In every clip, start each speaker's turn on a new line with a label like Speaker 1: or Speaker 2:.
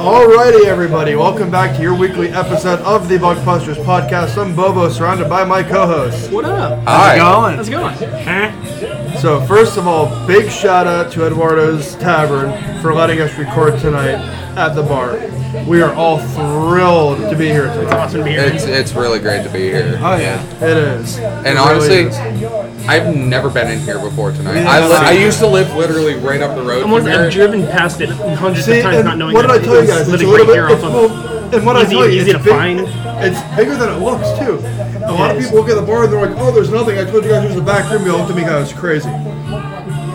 Speaker 1: Alrighty, everybody, welcome back to your weekly episode of the Buckbusters podcast. I'm Bobo, surrounded by my co-hosts.
Speaker 2: What up?
Speaker 3: How's it going?
Speaker 2: How's it going?
Speaker 1: So, first of all, big shout out to Eduardo's Tavern for letting us record tonight at the bar. We are all thrilled to be here tonight.
Speaker 2: Awesome beer.
Speaker 3: It's it's really great to be here.
Speaker 4: Oh yeah.
Speaker 1: It is.
Speaker 3: And honestly, I've never been in here before tonight. I, li- I used to live literally right up the road
Speaker 2: I'm
Speaker 3: from
Speaker 2: one, I've
Speaker 3: here.
Speaker 2: driven past it hundreds
Speaker 1: See,
Speaker 2: of times,
Speaker 1: and
Speaker 2: not knowing
Speaker 1: what did
Speaker 2: that
Speaker 1: I tell you
Speaker 2: it's
Speaker 1: guys? It's a
Speaker 2: living
Speaker 1: little
Speaker 2: right
Speaker 1: bit.
Speaker 2: here
Speaker 1: It's,
Speaker 2: off of.
Speaker 1: well, and what
Speaker 2: Easy-
Speaker 1: I tell you,
Speaker 2: easy
Speaker 1: it's
Speaker 2: to
Speaker 1: big-
Speaker 2: find.
Speaker 1: It's bigger than it looks too. A lot of
Speaker 2: Yes.
Speaker 1: people look at the bar and they're like, "Oh, there's nothing." I told you guys there's a back room. You looked at me, guys, crazy.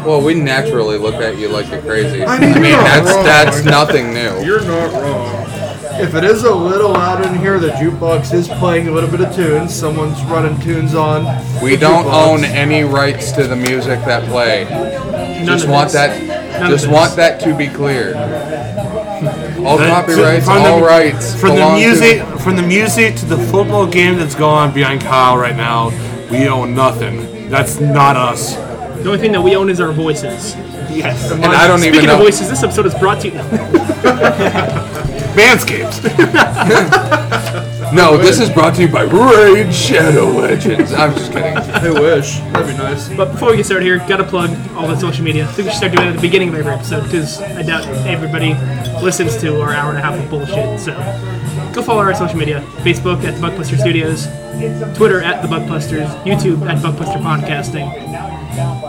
Speaker 3: Well, we naturally look at you like you're crazy.
Speaker 1: I mean, you're not
Speaker 3: that's
Speaker 1: wrong.
Speaker 3: that's nothing new.
Speaker 1: You're not wrong. If it is a little loud in here, the jukebox is playing a little bit of tunes. Someone's running tunes on.
Speaker 3: We
Speaker 1: the
Speaker 3: don't
Speaker 1: jukebox.
Speaker 3: own any rights to the music that play.
Speaker 2: None
Speaker 3: Just
Speaker 2: of
Speaker 3: want
Speaker 2: this.
Speaker 3: that.
Speaker 2: None
Speaker 3: just
Speaker 2: of
Speaker 3: want
Speaker 2: this.
Speaker 3: that to be clear. All
Speaker 4: That-
Speaker 3: copyrights,
Speaker 4: from the-
Speaker 3: all rights.
Speaker 4: From the
Speaker 3: belong to-
Speaker 4: music, from the music to the football game that's going on behind Kyle right now, we own nothing. That's not us.
Speaker 2: The only thing that we own is our voices.
Speaker 4: Yes.
Speaker 3: and I don't
Speaker 2: Speaking
Speaker 3: even
Speaker 2: of
Speaker 3: know.
Speaker 2: voices, this episode is brought to you.
Speaker 4: Manscaped.
Speaker 3: No, this is brought to you by Raid Shadow Legends. I'm just kidding.
Speaker 1: I wish. That'd be nice.
Speaker 2: But before we get started here, gotta plug all the social media. I think we should start doing it at the beginning of every episode because I doubt everybody listens to our hour and a half of bullshit. So go follow our social media: Facebook at the Buckbuster Studios, Twitter at the Buckbusters, YouTube at Buckbuster Podcasting.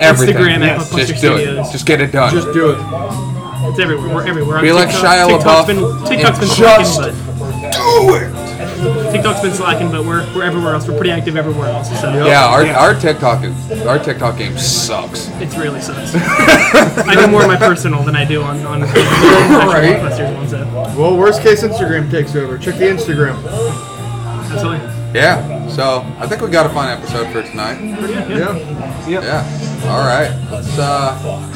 Speaker 3: Everything.
Speaker 2: Instagram at Buckbuster
Speaker 3: Just do it.
Speaker 2: Studios.
Speaker 3: Just get it done.
Speaker 1: Just do it.
Speaker 2: It's everywhere. We're everywhere. On
Speaker 3: Be like Shia
Speaker 2: TikTok's
Speaker 3: LaBeouf
Speaker 2: been, TikTok's been
Speaker 3: and
Speaker 2: slacking,
Speaker 3: just
Speaker 2: but TikTok's been slacking, but we're, we're everywhere else. We're pretty active everywhere else. So
Speaker 3: Yeah, our,
Speaker 4: Yeah.
Speaker 3: our TikTok is our TikTok game sucks.
Speaker 2: it's really sucks. I do more on my personal than I do on on the actual
Speaker 3: Right.
Speaker 2: Blockbusters ones. So
Speaker 1: Well, worst case, Instagram takes over. Check the Instagram.
Speaker 2: absolutely.
Speaker 3: Yeah. So I think we got a fun episode for tonight.
Speaker 2: Pretty good, yeah.
Speaker 1: Yeah.
Speaker 3: Yeah. All right. Let's uh,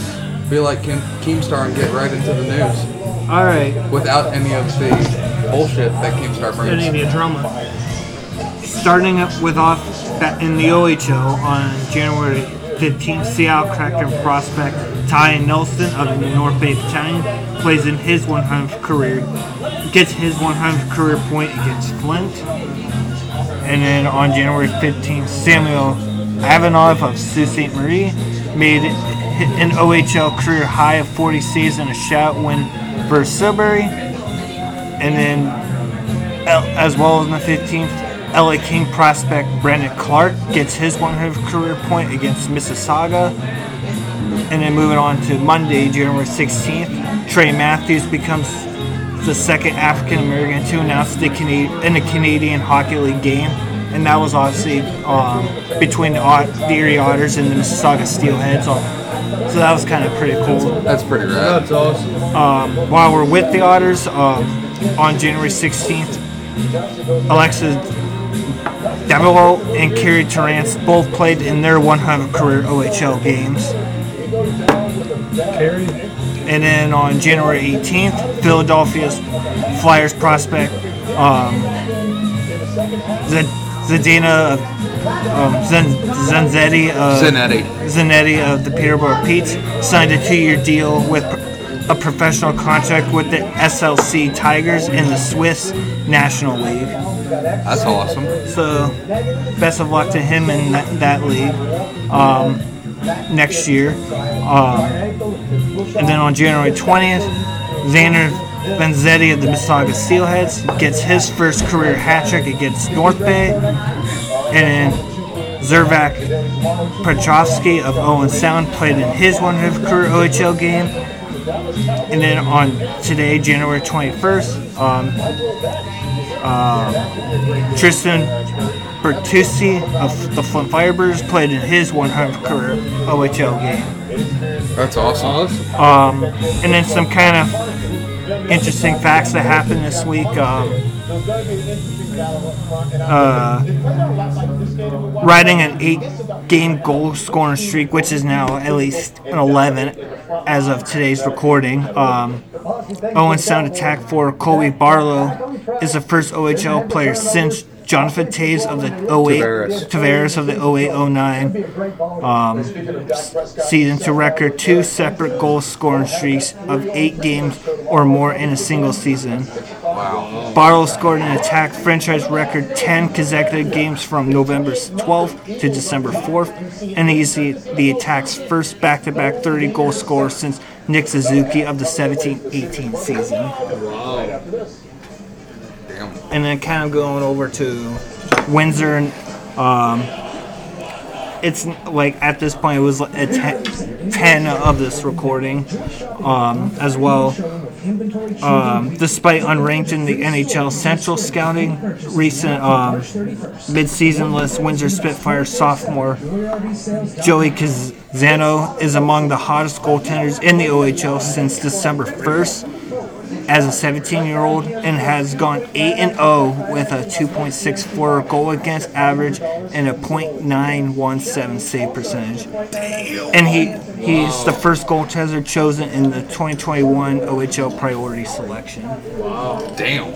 Speaker 3: be like Kim, Keemstar and get right into the news
Speaker 4: All right.
Speaker 3: without any of the bullshit that Keemstar
Speaker 2: There
Speaker 3: brings.
Speaker 2: ain't any drama.
Speaker 5: starting up with off that in the OHL on January 15th, Seattle Kraken prospect Ty Nelson of the North Bay Battalion plays in his 100th career, gets his 100th career point against Flint. And then on January 15th, Samuel Avanov of Sault Ste. Marie made an OHL career high of 40 saves and a shutout win for Sudbury. And then L- as well as on the 15th, LA King prospect Brandon Clark gets his 100th career point against Mississauga. And then moving on to Monday, January 16th, Trey Matthews becomes the second African American to announce the Cana- in the Canadian Hockey League game. And that was obviously um, between the, Ot- the Erie Otters and the Mississauga Steelheads. So that was kind of pretty cool.
Speaker 3: That's pretty rad.
Speaker 1: That's awesome.
Speaker 5: While we're with the Otters, um, on January 16th, Alexis Devilo and Kerry Terrance both played in their 100 career OHL games. And then on January 18th, Philadelphia's Flyers prospect um, Z- Zadina um, Zen- Zenzetti of
Speaker 3: Zanetti.
Speaker 5: Zanetti of the Peterborough Pete's signed a two-year deal with a professional contract with the SLC Tigers in the Swiss National League.
Speaker 3: That's awesome.
Speaker 5: So, best of luck to him in that, that league um, next year. Um, and then on January 20th, Xander Vanzetti of the Mississauga Steelheads gets his first career hat trick against North Bay. And then Zervac Petrovsky of Owen Sound played in his 100th career OHL game. And then on today, January 21st, um, um, Tristan Bertucci of the Flint Firebirds played in his 100th career OHL game.
Speaker 3: That's awesome.
Speaker 5: Um, and then some kind of interesting facts that happened this week. Um, uh, riding an eight-game goal scoring streak, which is now at least an 11 as of today's recording. Um, Owen Sound attack for Colby Barlow is the first OHL player since Jonathan Taves of the 08, Tavares,
Speaker 3: Tavares.
Speaker 5: of the 0809 um, season to record two separate goal scoring streaks of eight games or more in a single season.
Speaker 3: Wow.
Speaker 5: Barlow scored an attack franchise record 10 consecutive games from November 12th to December 4th, and he's the, the attack's first back to back 30 goal scorer since Nick Suzuki of the 17 18 season.
Speaker 3: Damn.
Speaker 5: and then kind of going over to Windsor. and, Um, it's like at this point it was a te- ten of this recording, um, as well. Um, despite unranked in the NHL Central Scouting, recent um, midseason list, Windsor Spitfire sophomore Joey Kazano is among the hottest goaltenders in the OHL since December 1st as a 17 year old and has gone 8 and 0 with a 2.64 goal against average and a .917 save percentage. And he he's the first goaltender chosen in the 2021 OHL priority selection.
Speaker 3: Damn.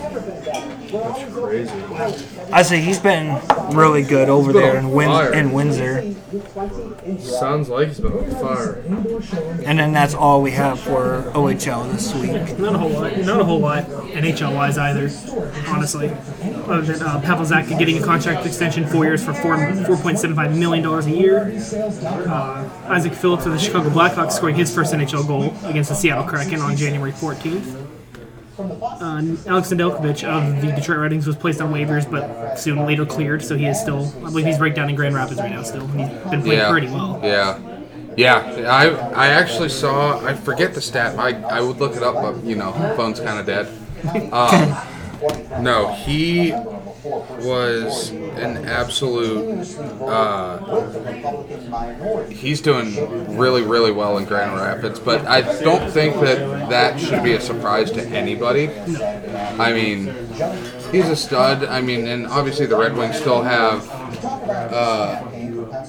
Speaker 5: I say he's been really good over
Speaker 1: He's been
Speaker 5: there
Speaker 1: on
Speaker 5: in, Win-
Speaker 1: fire.
Speaker 5: in Windsor.
Speaker 1: Sounds like he's been on fire.
Speaker 5: And then that's all we have for OHL this week.
Speaker 2: Not a whole lot. Not a whole lot NHL wise either, honestly. Other than uh, Pavelzak getting a contract extension four years for four four point seven five million dollars a year. Uh, Isaac Phillips of the Chicago Blackhawks scoring his first NHL goal against the Seattle Kraken on January fourteenth. Uh, Alex Nedeljkovic of the Detroit Red Wings was placed on waivers, but soon later cleared. So he is still, I believe, he's right down in Grand Rapids right now. Still, he's been playing
Speaker 3: Yeah.
Speaker 2: pretty well.
Speaker 3: Yeah. Yeah, I I actually saw I forget the stat. I, I would look it up, but you know, phone's kind of dead. Um, no, he was an absolute. Uh, he's doing really really well in Grand Rapids, but I don't think that that should be a surprise to anybody. I mean, he's a stud. I mean, and obviously the Red Wings still have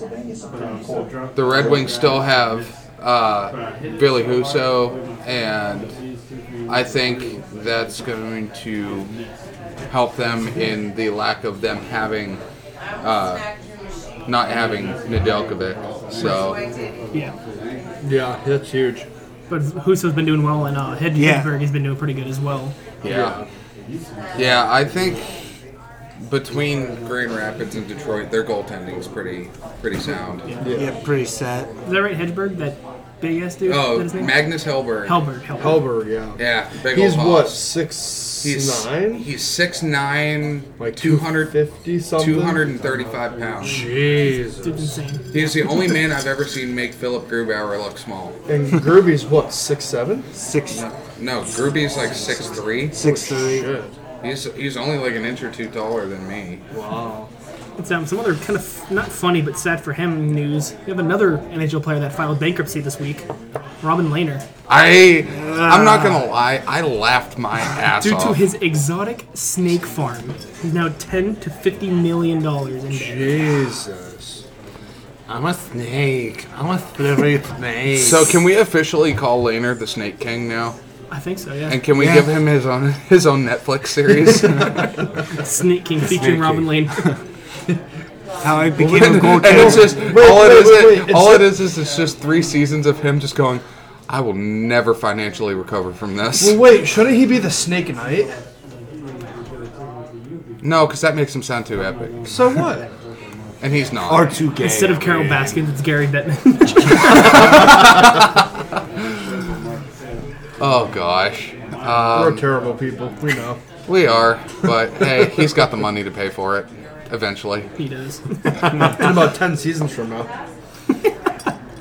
Speaker 3: the Red Wings still have uh, Billy Huso, and I think that's going to help them in the lack of them having uh, not having Nedeljkovic. So
Speaker 2: Yeah.
Speaker 1: Yeah, that's huge.
Speaker 2: But Huso's been doing well, and uh, Hedberg
Speaker 5: Yeah.
Speaker 2: has been doing pretty good as well.
Speaker 3: yeah, yeah, I think between Grand Rapids and Detroit, their goaltending is pretty pretty sound.
Speaker 5: Yeah, pretty set.
Speaker 2: Is that right, Hedberg? That big ass dude? Is
Speaker 3: Oh,
Speaker 2: that his name?
Speaker 3: Magnus Hellberg.
Speaker 2: Helberg. Helberg.
Speaker 1: Halberg, yeah.
Speaker 3: Yeah, big
Speaker 1: He's
Speaker 3: old
Speaker 1: what
Speaker 3: hoss.
Speaker 1: six
Speaker 3: He's
Speaker 1: nine,
Speaker 3: He's six nine,
Speaker 1: like
Speaker 3: like 200,
Speaker 1: 250 something.
Speaker 3: 235 pounds.
Speaker 2: Dude's
Speaker 1: Jesus.
Speaker 2: insane.
Speaker 3: He's the only man I've ever seen make Philip Grubauer look small.
Speaker 1: And Groovy's what six seven?
Speaker 5: Six,
Speaker 3: No, Gruby's like six three.
Speaker 5: six to eight.
Speaker 1: Good.
Speaker 3: He's he's only like an inch or two taller than me.
Speaker 1: Wow.
Speaker 2: It's, um, some other kind of f- not funny but sad for him news. We have another NHL player that filed bankruptcy this week, Robin Lehner,
Speaker 3: I I'm not gonna lie, I laughed my ass
Speaker 2: due to
Speaker 3: off.
Speaker 2: his exotic snake farm. He's now ten to fifty million dollars in debt.
Speaker 1: Jesus.
Speaker 4: I'm a snake. I'm a slippery snake.
Speaker 3: so can we officially call Laner the Snake King now?
Speaker 2: I think so. Yeah.
Speaker 3: And can we give him his own his own Netflix series?
Speaker 2: Snake King featuring
Speaker 4: King.
Speaker 2: Robin Lehner.
Speaker 5: How I became a
Speaker 3: And it's
Speaker 5: goaltender.
Speaker 3: just all it
Speaker 1: wait,
Speaker 3: is.
Speaker 1: wait, wait,
Speaker 3: all
Speaker 1: it's-
Speaker 3: it is is it's just three seasons of him just going. I will never financially recover from this.
Speaker 1: Well, wait, shouldn't he be the Snake Knight?
Speaker 3: No, because that makes him sound too epic,
Speaker 1: So what?
Speaker 3: and he's not.
Speaker 4: are too gay?
Speaker 2: Instead of Carol Baskins, it's Gary Bettman.
Speaker 3: oh gosh, Um,
Speaker 1: We're terrible people. We know.
Speaker 3: we are. But hey, he's got the money to pay for it eventually.
Speaker 2: he does.
Speaker 1: In about ten seasons from now.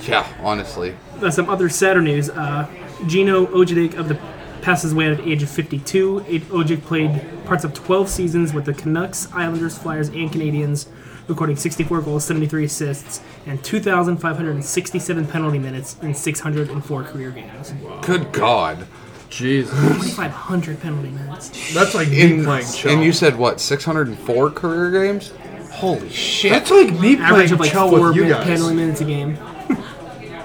Speaker 3: Yeah, honestly.
Speaker 2: Uh, some other sadder news. Uh, Gino Ojidik of the passes away at the age of 52. It- Ojic played parts of 12 seasons with the Canucks, Islanders, Flyers, and Canadians, recording 64 goals, 73 assists, and 2,567 penalty minutes in 604 career games.
Speaker 3: Good God.
Speaker 1: Jesus.
Speaker 2: 2,500 penalty minutes.
Speaker 1: That's like me
Speaker 3: In,
Speaker 1: playing Chell.
Speaker 3: and you said what? 604 career games? Holy
Speaker 1: That's
Speaker 3: shit!
Speaker 1: like me
Speaker 2: Average
Speaker 1: playing
Speaker 2: of like
Speaker 1: Chell
Speaker 2: four
Speaker 1: with you
Speaker 2: min-
Speaker 1: guys.
Speaker 2: penalty minutes a game.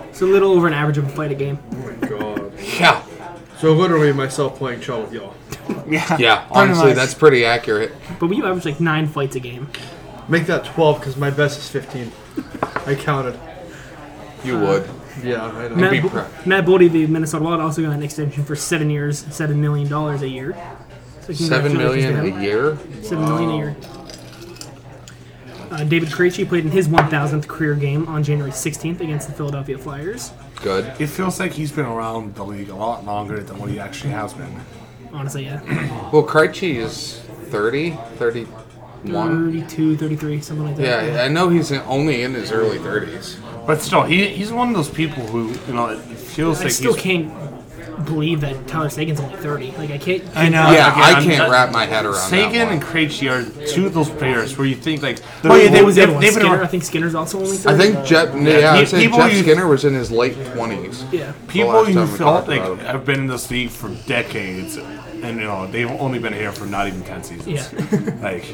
Speaker 2: It's a little over an average of a fight a game.
Speaker 1: Oh my god.
Speaker 3: Yeah.
Speaker 1: So literally myself playing Chell with y'all.
Speaker 5: Yeah.
Speaker 3: Yeah, honestly,
Speaker 5: much.
Speaker 3: that's pretty accurate.
Speaker 2: But we do average like nine fights a game.
Speaker 1: Make that 12 because my best is 15. I counted.
Speaker 3: You would.
Speaker 1: Yeah, I know.
Speaker 3: be
Speaker 2: Matt, Bo-
Speaker 3: proud.
Speaker 2: Matt Boldy, the Minnesota Wild, also got an extension for seven years, seven million dollars a year. So
Speaker 3: Seven million
Speaker 2: congratulations to
Speaker 3: a
Speaker 2: him.
Speaker 3: year.
Speaker 2: Seven million a year. Uh, David Krejci played in his 1,000th career game on January 16th against the Philadelphia Flyers.
Speaker 3: Good.
Speaker 4: It feels like he's been around the league a lot longer than what he actually has been.
Speaker 2: Honestly, yeah,
Speaker 3: Well, Krejci is 30, 31.
Speaker 2: 32, 33, something like that.
Speaker 3: Yeah, I know he's in- only in his early 30s.
Speaker 4: But still, he, he's one of those people who, you know, it feels
Speaker 2: I
Speaker 4: like
Speaker 2: still
Speaker 4: he's,
Speaker 2: can't believe that Tyler Sagan's only 30. Like I can't.
Speaker 5: I know.
Speaker 3: Yeah,
Speaker 4: again,
Speaker 3: I
Speaker 4: I'm
Speaker 3: can't
Speaker 4: not-
Speaker 3: wrap my head around that
Speaker 4: Sagan
Speaker 3: one.
Speaker 4: and Krejci are two of those players where you think like,
Speaker 5: They're-
Speaker 4: oh yeah,
Speaker 2: What
Speaker 4: they
Speaker 2: was
Speaker 4: was
Speaker 2: the
Speaker 4: they've,
Speaker 2: other one?
Speaker 4: they've been
Speaker 2: Skinner, I
Speaker 4: around.
Speaker 2: think Skinner's also only 30.
Speaker 3: I think Jeff. Yeah, I would say
Speaker 4: people
Speaker 3: Jeff
Speaker 4: you-
Speaker 3: Skinner was in his late 20s.
Speaker 2: Yeah.
Speaker 4: People
Speaker 3: last
Speaker 4: you
Speaker 3: time we
Speaker 4: felt
Speaker 3: talked
Speaker 4: like
Speaker 3: about him.
Speaker 4: have been in this league for decades, and you know they've only been here for not even ten seasons. like,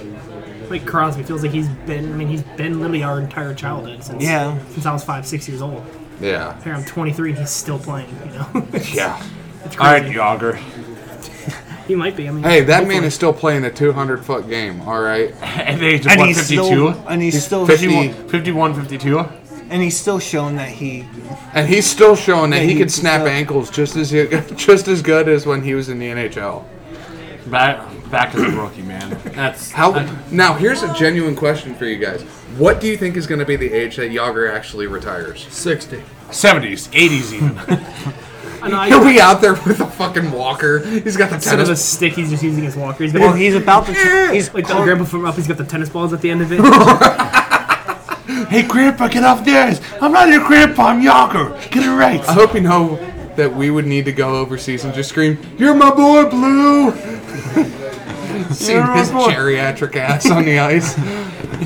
Speaker 2: Like Crosby feels like he's been. I mean, he's been literally our entire childhood since.
Speaker 5: Yeah.
Speaker 2: Since I was five, six years old.
Speaker 3: Yeah.
Speaker 2: Here I'm 23 and he's still playing. You know.
Speaker 4: yeah.
Speaker 2: It's
Speaker 4: All right,
Speaker 2: crazy.
Speaker 4: Yager.
Speaker 2: He might be. I mean.
Speaker 3: Hey, that
Speaker 2: hopefully.
Speaker 3: man is still playing a 200 foot game. All right.
Speaker 4: At the age of
Speaker 5: And
Speaker 4: what,
Speaker 5: he's
Speaker 4: 52?
Speaker 5: still and he's, still
Speaker 3: 50.
Speaker 4: 51, 51, 52?
Speaker 5: and he's still shown that he
Speaker 3: And he's still showing that
Speaker 5: Yeah,
Speaker 3: he
Speaker 5: he-
Speaker 3: could snap
Speaker 5: uh,
Speaker 3: ankles just as just as good as when he was in the NHL.
Speaker 4: Back, back as a rookie, man. That's
Speaker 3: How
Speaker 4: that-
Speaker 3: now? Here's a genuine question for you guys. What do you think is going to be the age that Yager actually retires?
Speaker 1: 60.
Speaker 4: 70s, 80s even.
Speaker 2: I know, I-
Speaker 3: He'll be out there with a fucking walker. He's got the
Speaker 2: Instead of a
Speaker 3: tennis.
Speaker 2: stick, he's just using his walker. He's got
Speaker 5: well he's about to he's
Speaker 2: like the grandpa from up. He's got the tennis balls at the end of it.
Speaker 4: hey, Grandpa, get off theirs. I'm not your grandpa, I'm Yager. Get it right.
Speaker 3: I hope you know that we would need to go overseas and just scream, "You're my boy, Blue!" Seeing
Speaker 4: my
Speaker 3: his
Speaker 4: boy.
Speaker 3: geriatric ass on the ice.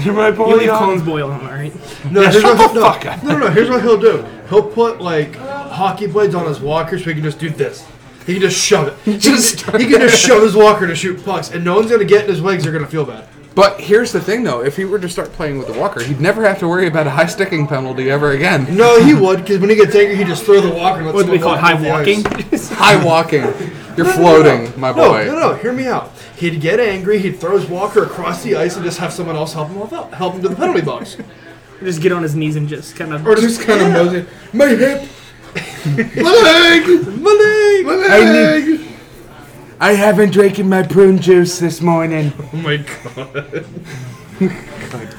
Speaker 4: You're my boy,
Speaker 2: you leave
Speaker 4: Yager.
Speaker 2: Collins Boyle home, all right?
Speaker 1: No,
Speaker 4: Yeah,
Speaker 1: here's
Speaker 4: shut
Speaker 1: what
Speaker 4: the
Speaker 1: he'll-
Speaker 4: fuck
Speaker 1: no,
Speaker 4: up.
Speaker 1: no, no. Here's what he'll do. He'll put like hockey blades on his walker so he can just do this. He can just shove it.
Speaker 3: Just-
Speaker 1: he can just shove his walker to shoot pucks, and no one's gonna get in his legs. They're gonna feel bad.
Speaker 3: But here's the thing, though: if he were to start playing with the walker, he'd never have to worry about a high sticking penalty ever again.
Speaker 1: No, he would, because when he gets angry, he just throw the walker. And lets
Speaker 2: What do we
Speaker 1: someone
Speaker 2: call it?
Speaker 1: walk
Speaker 2: High
Speaker 1: off the
Speaker 2: walking?
Speaker 1: ice.
Speaker 3: High walking. You're floating, my
Speaker 1: No,
Speaker 3: boy.
Speaker 1: no, no. Hear me out. He'd get angry. He'd throw his walker across the ice and just have someone else help him up, help him to the penalty box,
Speaker 2: just get on his knees and just kind of.
Speaker 1: or
Speaker 3: Just kind of
Speaker 1: yeah.
Speaker 3: nosy. My hip.
Speaker 1: My leg, my leg, my leg.
Speaker 3: I need. I haven't drinking my prune juice this morning.
Speaker 1: Oh my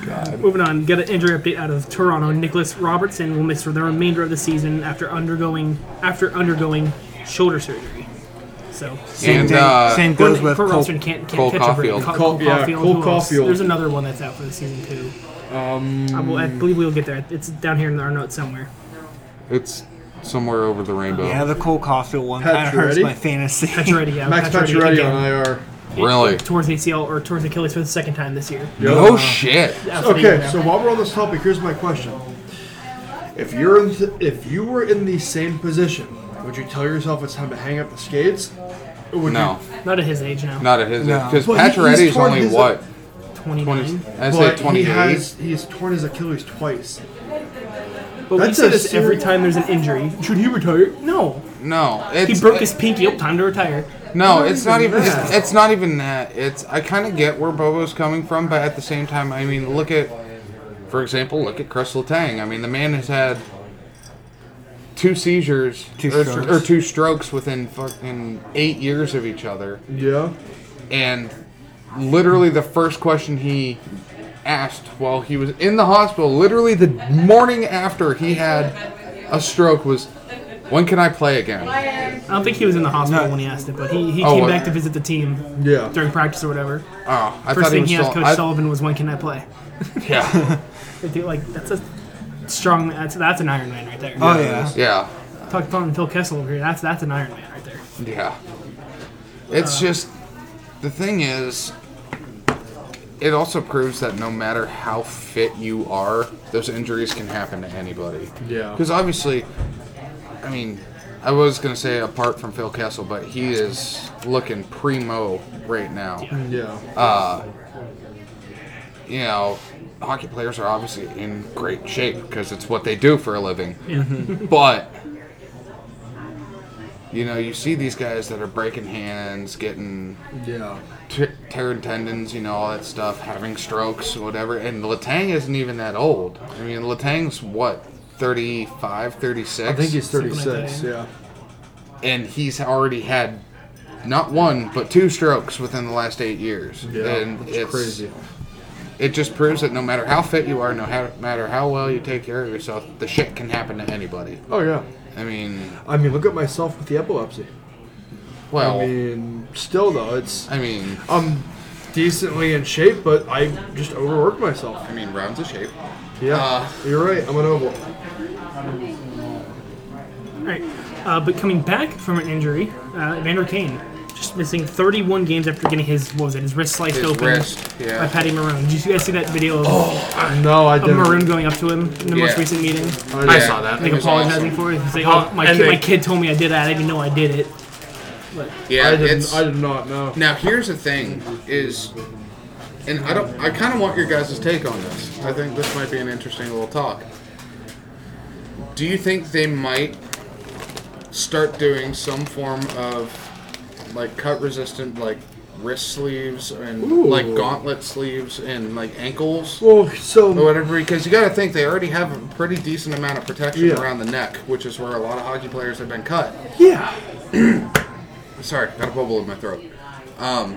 Speaker 1: god.
Speaker 2: Moving on, get an injury update out of Toronto. Nicholas Robertson will miss for the remainder of the season after undergoing after undergoing shoulder surgery. So
Speaker 5: same
Speaker 3: And,
Speaker 5: thing
Speaker 3: uh,
Speaker 5: same goes
Speaker 2: Cole-
Speaker 5: with
Speaker 2: Cole
Speaker 5: Cole,
Speaker 2: Robinson can't, can't
Speaker 3: Cole
Speaker 2: catch a break.
Speaker 3: Caulfield.
Speaker 2: Co-
Speaker 1: Cole- yeah, Cole
Speaker 2: Who else?
Speaker 1: Caulfield.
Speaker 2: There's another one that's out for the season too. Um, I, will, I believe we'll get there. It's down here in our notes somewhere.
Speaker 3: It's somewhere over the rainbow.
Speaker 5: yeah the Cole Caulfield one
Speaker 1: Pat
Speaker 5: kind of hurts
Speaker 1: Pacioretty?
Speaker 5: my fantasy
Speaker 2: That's ready. Yeah,
Speaker 1: Max
Speaker 2: Pacioretty
Speaker 1: Pacioretty
Speaker 2: again.
Speaker 1: on IR.
Speaker 3: Really?
Speaker 2: towards ACL or towards Achilles for the second time this year.
Speaker 3: No shit.
Speaker 2: After the year
Speaker 1: Okay,
Speaker 2: now.
Speaker 1: so while we're on this topic, here's my question: If you're in, th- if you were in the same position, would you tell yourself it's time to hang up the skates? Or would
Speaker 3: No,
Speaker 2: not at his age now.
Speaker 3: not at his
Speaker 5: No.
Speaker 3: because
Speaker 1: Well, he- he's
Speaker 3: Pacioretty's
Speaker 1: torn
Speaker 3: only
Speaker 1: his-
Speaker 3: what
Speaker 2: 29.
Speaker 3: twenty. I
Speaker 1: You,
Speaker 3: say
Speaker 1: but he
Speaker 3: twenty-eight.
Speaker 1: has he's torn his Achilles twice.
Speaker 2: But we
Speaker 1: That's
Speaker 2: see
Speaker 1: a
Speaker 2: this every
Speaker 1: serious-
Speaker 2: time there's an injury. Should he retire? No.
Speaker 3: No, it's,
Speaker 2: He broke his pinky. Up, time to retire.
Speaker 3: No, it's not even.
Speaker 1: that.
Speaker 3: It's, it's not even that. It's I kind of get where Bobo's coming from, but at the same time, I mean, look at, for example, look at Chris Letang. I mean, the man has had two seizures
Speaker 5: Two
Speaker 3: or,
Speaker 5: strokes.
Speaker 3: or two strokes within fucking eight years of each other,
Speaker 1: Yeah.
Speaker 3: and literally the first question he asked while he was in the hospital, literally the morning after he had a stroke, was, "When can I play again?"
Speaker 2: I don't think he was in the hospital
Speaker 5: No.
Speaker 2: when he asked it, but he, he
Speaker 3: Oh,
Speaker 2: came
Speaker 3: uh,
Speaker 2: back to visit the team
Speaker 1: Yeah.
Speaker 2: during practice or whatever.
Speaker 3: Oh, I
Speaker 2: First
Speaker 3: thought he
Speaker 2: thing
Speaker 3: was
Speaker 2: he asked
Speaker 3: still-
Speaker 2: Coach
Speaker 3: I-
Speaker 2: Sullivan was, "When can I play?"
Speaker 3: yeah.
Speaker 2: I think, like that's a strong. That's that's an Iron Man right there.
Speaker 5: oh yeah
Speaker 3: Yeah,
Speaker 2: Talk about Phil Kessel over here. That's that's an Iron Man right there.
Speaker 3: yeah. It's just the thing is, it also proves that no matter how fit you are, those injuries can happen to anybody.
Speaker 1: Yeah.
Speaker 3: Because obviously, I mean, I was gonna say apart from Phil Kessel, but he is looking primo right now.
Speaker 2: Yeah.
Speaker 1: Yeah.
Speaker 3: You know, hockey players are obviously in great shape because it's what they do for a living.
Speaker 2: Yeah.
Speaker 3: But You know, you see these guys that are breaking hands, getting
Speaker 1: Yeah.
Speaker 3: t- tearing tendons, you know, all that stuff, having strokes, whatever. And Latang isn't even that old. I mean, Latang's what, 35, 36?
Speaker 1: I think he's
Speaker 2: Something like
Speaker 1: 36.
Speaker 2: that,
Speaker 1: yeah.
Speaker 3: and he's already had not one but two strokes within the last eight years. and
Speaker 1: it's, crazy.
Speaker 3: It just proves that no matter how fit you are, no ha- matter how well you take care of yourself, the shit can happen to anybody.
Speaker 1: Oh yeah.
Speaker 3: I mean,
Speaker 1: I mean, look at myself with the epilepsy.
Speaker 3: well,
Speaker 1: I mean, still though, it's
Speaker 3: I mean,
Speaker 1: I'm decently in shape, but I just overwork myself.
Speaker 3: I mean, rounds of shape.
Speaker 1: Yeah,
Speaker 3: Uh,
Speaker 1: you're right. I'm an oval.
Speaker 2: All right. Uh, but coming back from an injury, uh, Evander Kane just missing 31 games after getting his what was it? His wrist sliced
Speaker 3: His
Speaker 2: open
Speaker 3: wrist, yeah.
Speaker 2: by Patty Maroon. Did you guys see that video of,
Speaker 3: Oh.
Speaker 1: No, I
Speaker 2: of
Speaker 1: didn't.
Speaker 2: Maroon going up to him in the most
Speaker 3: Yeah.
Speaker 2: recent meeting,
Speaker 4: I
Speaker 3: Yeah,
Speaker 4: saw that.
Speaker 3: it
Speaker 2: like
Speaker 3: was
Speaker 2: apologizing
Speaker 3: awesome. Uh-huh.
Speaker 2: for it? He's like,
Speaker 4: Oh,
Speaker 2: oh, my,
Speaker 4: and
Speaker 2: kid,
Speaker 4: they-
Speaker 2: my kid told me I did that. I didn't even know I did it.
Speaker 3: Yeah,
Speaker 1: I did.
Speaker 3: it's-
Speaker 1: I did not know.
Speaker 3: Now here's the thing is and I don't I kind of want your guys' take on this. I think this might be an interesting little talk. Do you think they might start doing some form of like cut resistant like wrist sleeves and like
Speaker 1: Ooh.
Speaker 3: gauntlet sleeves and like ankles
Speaker 1: Well,
Speaker 3: or
Speaker 1: so
Speaker 3: whatever because you got to think they already have a pretty decent amount of protection
Speaker 1: Yeah.
Speaker 3: around the neck, which is where a lot of hockey players have been cut.
Speaker 1: yeah,
Speaker 3: Sorry, got a bubble in my throat. Um,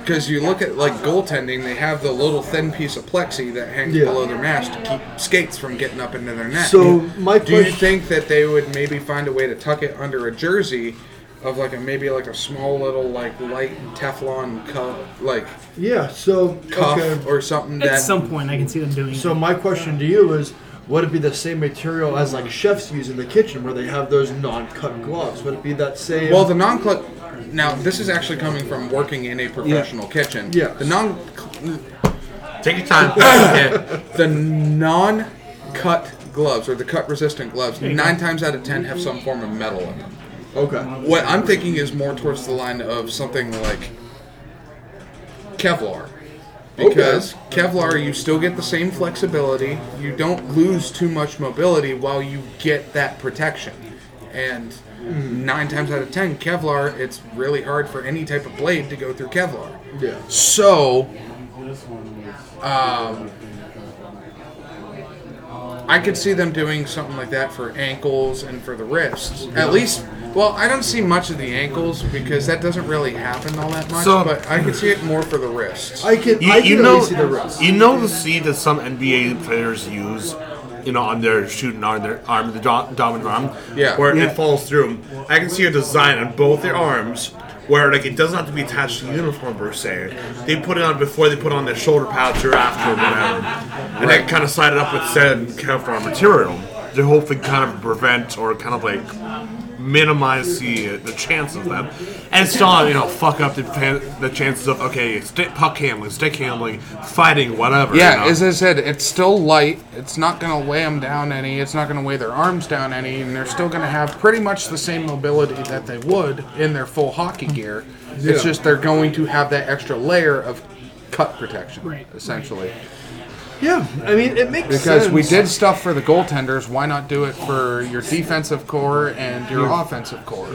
Speaker 3: because you look at like goaltending, they have the little thin piece of plexi that hangs
Speaker 1: Yeah.
Speaker 3: below their mask to keep skates from getting up into their net.
Speaker 1: So, my
Speaker 3: do you
Speaker 1: question-
Speaker 3: think that they would maybe find a way to tuck it under a jersey of like a maybe like a small little like light Teflon cuff like
Speaker 1: yeah. So
Speaker 3: cuff
Speaker 1: okay.
Speaker 3: or something
Speaker 2: At
Speaker 3: that
Speaker 2: some point, I can see them doing
Speaker 1: So my question to you is, would it be the same material as like chefs use in the kitchen, where they have those non-cut gloves? Would it be that same?
Speaker 3: Well, the non clip. Now, this is actually coming from working in a professional kitchen.
Speaker 1: Yeah.
Speaker 3: The non.
Speaker 4: Take your time. yeah.
Speaker 3: The non cut gloves or the cut resistant gloves, nine times out of ten have some form of metal in them.
Speaker 1: okay.
Speaker 3: What I'm thinking is more towards the line of something like Kevlar. Because Kevlar, you still get the same flexibility. You don't lose too much mobility while you get that protection. And nine times out of ten, Kevlar, it's really hard for any type of blade to go through Kevlar.
Speaker 1: Yeah.
Speaker 3: So, um, I could see them doing something like that for ankles and for the wrists. At least, well, I don't see much of the ankles because that doesn't really happen all that much.
Speaker 4: So-
Speaker 3: but I could see it more for the wrists.
Speaker 1: I can.
Speaker 4: You,
Speaker 1: I can
Speaker 4: you
Speaker 1: at
Speaker 4: know,
Speaker 1: least see the rest.
Speaker 4: you know the seed that some NBA players use, you know, on their shooting arm, their arm, the do- dominant arm,
Speaker 3: Yeah.
Speaker 4: where
Speaker 5: Yeah.
Speaker 4: it falls through. I can see a design on both their arms where like it doesn't have to be attached to the uniform per se. They put it on before they put on their shoulder pads or after or whatever, and they kind of side it up with said Kevlar material to hopefully kind of prevent or kind of like minimize the the chance of them, and still you know fuck up the fan- the chances of okay stick, puck handling, stick handling, fighting, whatever.
Speaker 3: yeah,
Speaker 4: you know?
Speaker 3: as I said, it's still light. It's not going to weigh them down any. It's not going to weigh their arms down any, and they're still going to have pretty much the same mobility that they would in their full hockey gear.
Speaker 1: Yeah.
Speaker 3: It's just they're going to have that extra layer of cut protection,
Speaker 2: Right.
Speaker 3: essentially.
Speaker 1: Yeah. I mean, it makes
Speaker 3: Because
Speaker 1: sense.
Speaker 3: we did stuff for the goaltenders, why not do it for your defensive core and your offensive core?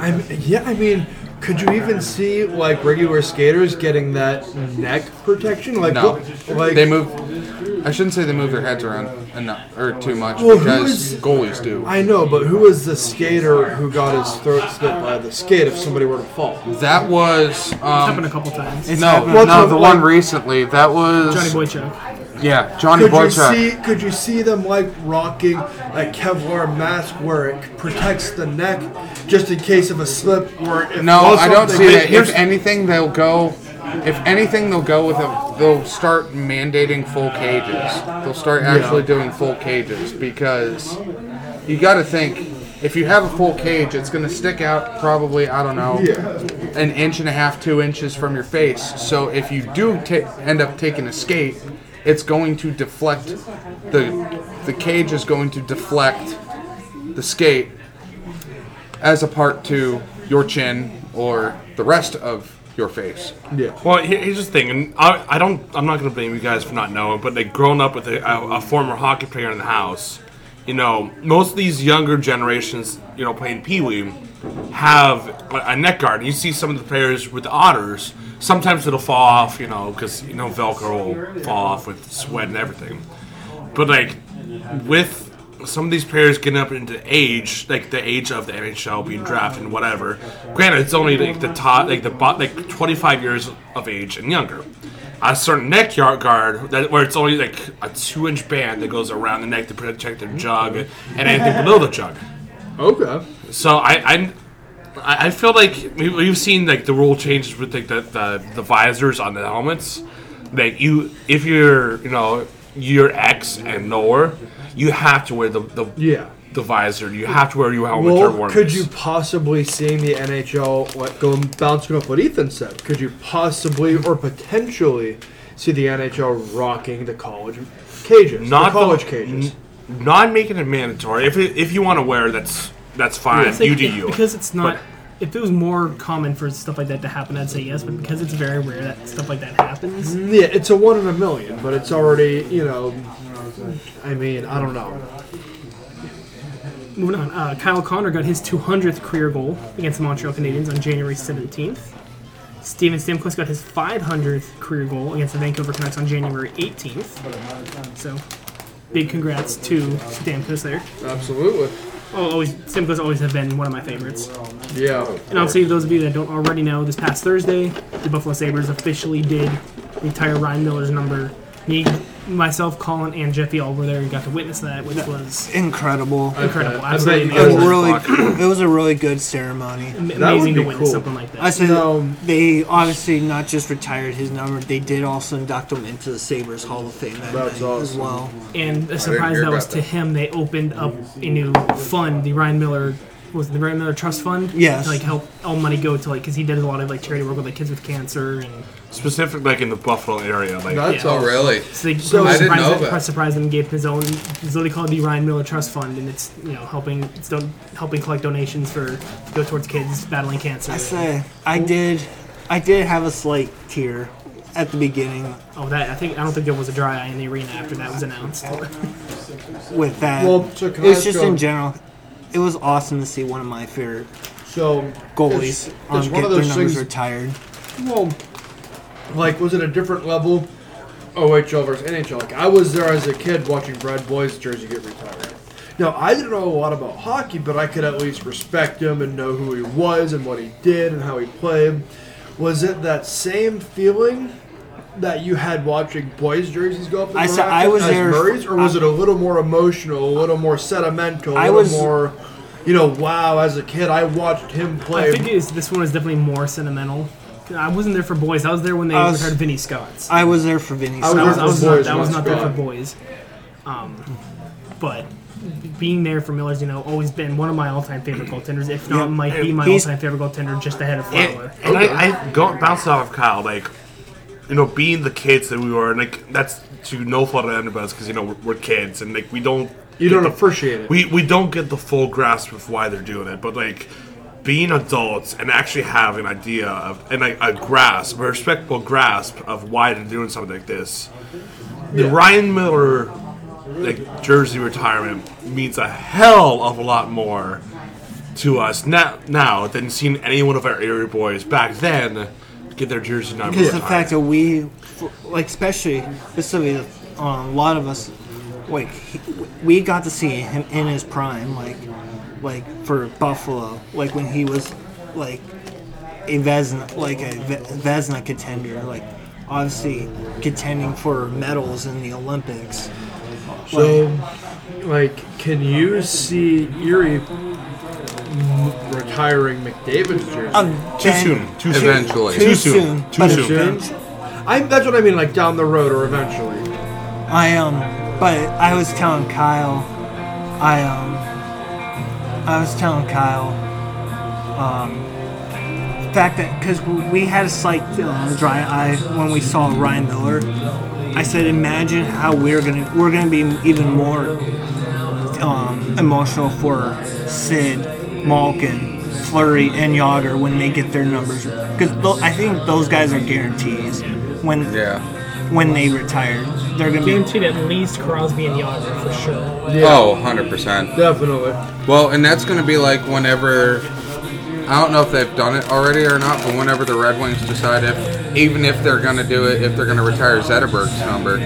Speaker 1: I mean, yeah, I mean, could you even see like regular skaters getting that neck protection? Like,
Speaker 3: No,
Speaker 1: what- like
Speaker 3: they move. I shouldn't say they move their heads around enough or too much
Speaker 1: Well, who
Speaker 3: because
Speaker 1: is-
Speaker 3: goalies do.
Speaker 1: I know, but who was the skater who got his throat slit by the skate if somebody were to fall?
Speaker 3: that was
Speaker 2: happened
Speaker 3: um,
Speaker 2: a couple times.
Speaker 3: no,
Speaker 1: Well,
Speaker 3: no,
Speaker 1: so,
Speaker 3: the
Speaker 1: like-
Speaker 3: one recently. That was
Speaker 2: Johnny Boychuk.
Speaker 3: Yeah, Johnny
Speaker 1: Could you
Speaker 3: Boychuk.
Speaker 1: see? Could you see them like rocking a Kevlar mask where it protects the neck, just in case of a slip? Or if
Speaker 3: No,
Speaker 1: or
Speaker 3: I don't see
Speaker 1: something-
Speaker 3: that. If
Speaker 1: Here's-
Speaker 3: anything, they'll go. If anything, they'll go with a. They'll start mandating full cages. They'll start actually doing full cages because you got to think. If you have a full cage, it's going to stick out probably I don't know
Speaker 1: Yeah.
Speaker 3: an inch and a half, two inches from your face. So if you do ta- end up taking a skate, it's going to deflect. the The cage is going to deflect the skate as a part to your chin or the rest of your face.
Speaker 1: yeah.
Speaker 4: Well, here- here's the thing, and I, I don't, I'm not gonna blame you guys for not knowing, but like growing up with a, a, a former hockey player in the house, you know, most of these younger generations, you know, playing Pee Wee, have a a neck guard. You see some of the players with the otters. Sometimes it'll fall off, you know, because you know Velcro will fall off with sweat and everything. But like with some of these players getting up into age, like the age of the NHL being drafted and whatever. Granted, it's only like the top, like the bot, like 25 years of age and younger. A certain neck yard guard that where it's only like a two-inch band that goes around the neck to protect their jug and anything below the jug.
Speaker 1: Okay.
Speaker 4: So I I'm, I I feel like we- we've seen like the rule changes with like the, the the visors on the helmets. Like you, if you're you know you're X and lower, you have to wear the the
Speaker 1: Yeah.
Speaker 4: the visor. You have to wear your helmet or
Speaker 1: Well,
Speaker 4: warnings.
Speaker 1: could you possibly seeing the NHL like going bouncing off what Ethan said? Could you possibly or potentially see the NHL rocking the college cages, the college cages?
Speaker 4: n- not making it mandatory. If it, if you want to wear, that's that's fine.
Speaker 2: It's like,
Speaker 4: you do
Speaker 2: if-
Speaker 4: you.
Speaker 2: Because it's not.
Speaker 4: But-
Speaker 2: if it was more common for stuff like that to happen, I'd say yes. But because it's very rare that stuff like that happens,
Speaker 1: Yeah, it's a one in a million, but it's already you know. I mean, I don't know.
Speaker 2: moving on. Uh, Kyle Connor got his 200th career goal against the Montreal Canadiens on January 17th. Steven Stamkos got his 500th career goal against the Vancouver Canucks on January 18th. So, big congrats to Stamkos there.
Speaker 1: Absolutely.
Speaker 2: Oh, always Stamkos always have been one of my favorites.
Speaker 1: Yeah.
Speaker 2: And obviously, those of you that don't already know, this past Thursday, the Buffalo Sabres officially did retire Ryan Miller's number. Me, myself, Colin, and Jeffy all were there and got to witness that, which was
Speaker 5: Incredible.
Speaker 2: incredible.
Speaker 1: I bet
Speaker 2: Absolutely
Speaker 1: you
Speaker 5: It was
Speaker 2: amazing,
Speaker 1: guys-
Speaker 5: really, it was a really good ceremony.
Speaker 1: that would
Speaker 2: amazing to
Speaker 1: be
Speaker 2: witness
Speaker 1: cool.
Speaker 2: something like that.
Speaker 5: I said
Speaker 1: No.
Speaker 5: they obviously not just retired his number; they did also induct him into the Sabres Hall of Fame that
Speaker 1: That's
Speaker 5: night as
Speaker 1: awesome.
Speaker 5: well.
Speaker 2: and the surprise
Speaker 3: hear
Speaker 2: that was
Speaker 3: about
Speaker 2: to
Speaker 3: that.
Speaker 2: him, they opened up a new fund, the Ryan Miller was it the Ryan Miller Trust Fund.
Speaker 5: Yes.
Speaker 2: to like help all money go to like because he did a lot of like charity work with like kids with cancer and
Speaker 4: Specific like in the Buffalo area, like
Speaker 1: That's
Speaker 2: Yeah.
Speaker 1: all
Speaker 3: Oh,
Speaker 1: right.
Speaker 3: really?
Speaker 2: so they
Speaker 1: So-
Speaker 2: were
Speaker 1: I didn't
Speaker 2: surprised
Speaker 3: know
Speaker 2: that-
Speaker 3: that.
Speaker 2: surprised them and gave his own it's literally called the Ryan Miller Trust Fund and it's you know helping it's don- helping collect donations for to go towards kids battling cancer.
Speaker 5: I say I did, I did have a slight tear at the beginning
Speaker 2: oh that I think I don't think there was a dry eye in the arena after that was announced.
Speaker 5: with that.
Speaker 1: Well, so
Speaker 5: it
Speaker 1: can I
Speaker 5: was
Speaker 1: ask
Speaker 5: just
Speaker 1: you-
Speaker 5: in general. It was awesome to see one of my favorite
Speaker 1: So
Speaker 5: goalies
Speaker 1: it's,
Speaker 5: um,
Speaker 1: it's one
Speaker 5: get
Speaker 1: of
Speaker 5: their
Speaker 1: those
Speaker 5: numbers
Speaker 1: things.
Speaker 5: retired.
Speaker 1: Well, like, was it a different level? OHL versus NHL. Like, I was there as a kid watching Brad Boy's jersey get retired. Now, I didn't know a lot about hockey, but I could at least respect him and know who he was and what he did and how he played. Was it that same feeling that you had watching Boy's jerseys go up? in
Speaker 5: I
Speaker 1: the
Speaker 5: saw- I
Speaker 1: rafters
Speaker 5: was
Speaker 1: as
Speaker 5: there-
Speaker 1: Murray's, or was it a little more emotional, a little more sentimental, a
Speaker 5: I
Speaker 1: little
Speaker 5: was-
Speaker 1: more, you know, wow? As a kid, I watched him play.
Speaker 2: I think it is, this one is definitely more sentimental. I wasn't there for boys. I was there when they
Speaker 5: I was-
Speaker 2: retired Vinny Scott's.
Speaker 5: I was there for Vinny.
Speaker 1: I
Speaker 2: I was, I
Speaker 5: Scott.
Speaker 2: was
Speaker 1: for
Speaker 2: not,
Speaker 1: boys
Speaker 2: that was
Speaker 1: once,
Speaker 2: not there for
Speaker 1: God.
Speaker 2: boys. Um, but being there for Miller's, you know, always been one of my all-time favorite goaltenders, if not might be my
Speaker 5: he's-
Speaker 2: all-time favorite goaltender, just ahead of
Speaker 4: And,
Speaker 2: Fowler.
Speaker 4: and I, I go bounce off of Kyle, like, you know, being the kids that we were, and like that's to no fault of anybody's, because you know we're, we're kids, and like we don't,
Speaker 1: You
Speaker 4: get
Speaker 1: don't
Speaker 4: the-
Speaker 1: appreciate it.
Speaker 4: We we don't get the full grasp of why they're doing it, but like being adults and actually have an idea of and like a grasp, a respectable grasp of why they're doing something like this. The Ryan Miller like jersey retirement means a hell of a lot more to us now, now than seeing any one of our area boys back then get their jersey number.
Speaker 5: Because the
Speaker 4: retired.
Speaker 5: fact that we, like especially specifically, um, a lot of us, like he, we got to see him in his prime, like like for Buffalo, like when he was like a Vesna, like a Ve- Vesna contender, like obviously contending for medals in the Olympics.
Speaker 1: So, Um, like, can you see Erie m- retiring McDavid's jersey?
Speaker 5: Um,
Speaker 4: too
Speaker 5: then-
Speaker 4: soon, too soon.
Speaker 3: Eventually.
Speaker 5: Too,
Speaker 4: Too soon.
Speaker 5: soon.
Speaker 4: Too
Speaker 5: but
Speaker 4: soon.
Speaker 5: event-
Speaker 1: I, that's what I mean, like down the road or eventually.
Speaker 5: I um, but I was telling Kyle, I um, I was telling Kyle, um, the fact that because we had a slight uh, dry eye when we saw Ryan Miller, I said, imagine how we're gonna we're gonna be even more um, emotional for Sid, Malkin, Flurry, and Yager when they get their numbers because I think those guys are guarantees when
Speaker 3: Yeah.
Speaker 5: when they retired.
Speaker 6: they're gonna be
Speaker 2: Guaranteed at least Crosby and Yager for sure.
Speaker 3: Oh, 100%.
Speaker 1: Definitely.
Speaker 3: Well, and that's going to be like whenever. I don't know if they've done it already or not, but whenever the Red Wings decide if, even if they're going to do it, if they're going to retire Zetterberg's number,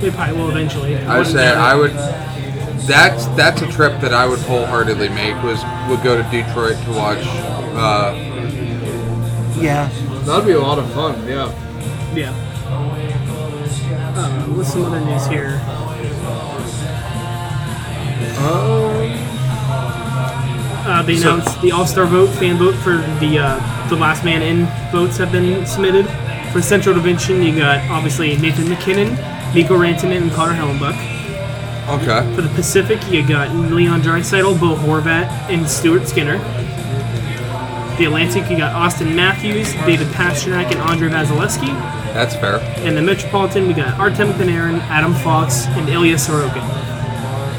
Speaker 2: They probably will eventually.
Speaker 3: I
Speaker 2: Wouldn't
Speaker 3: would say
Speaker 2: matter.
Speaker 3: I would. That's that's a trip that I would wholeheartedly make. Was would go to Detroit to watch. Uh,
Speaker 6: yeah.
Speaker 1: That'd be a lot of fun. Yeah.
Speaker 2: Yeah. Uh, what's some other news here? Uh, they
Speaker 3: Um, So-
Speaker 2: announced the All Star vote, fan vote for the uh, the Last Man In votes have been submitted. For the Central Division, you got obviously Nathan McKinnon, Miko Rantanen, and Connor Hellenbuck.
Speaker 3: okay.
Speaker 2: For the Pacific, you got Leon Draisaitl, Bo Horvat, and Stuart Skinner. The Atlantic, you got Austin Matthews, David Pasternak, and Andre Vasilevsky.
Speaker 3: That's fair.
Speaker 2: In the Metropolitan, we got Artem Panarin, Adam Fox, and Ilya Sorokin.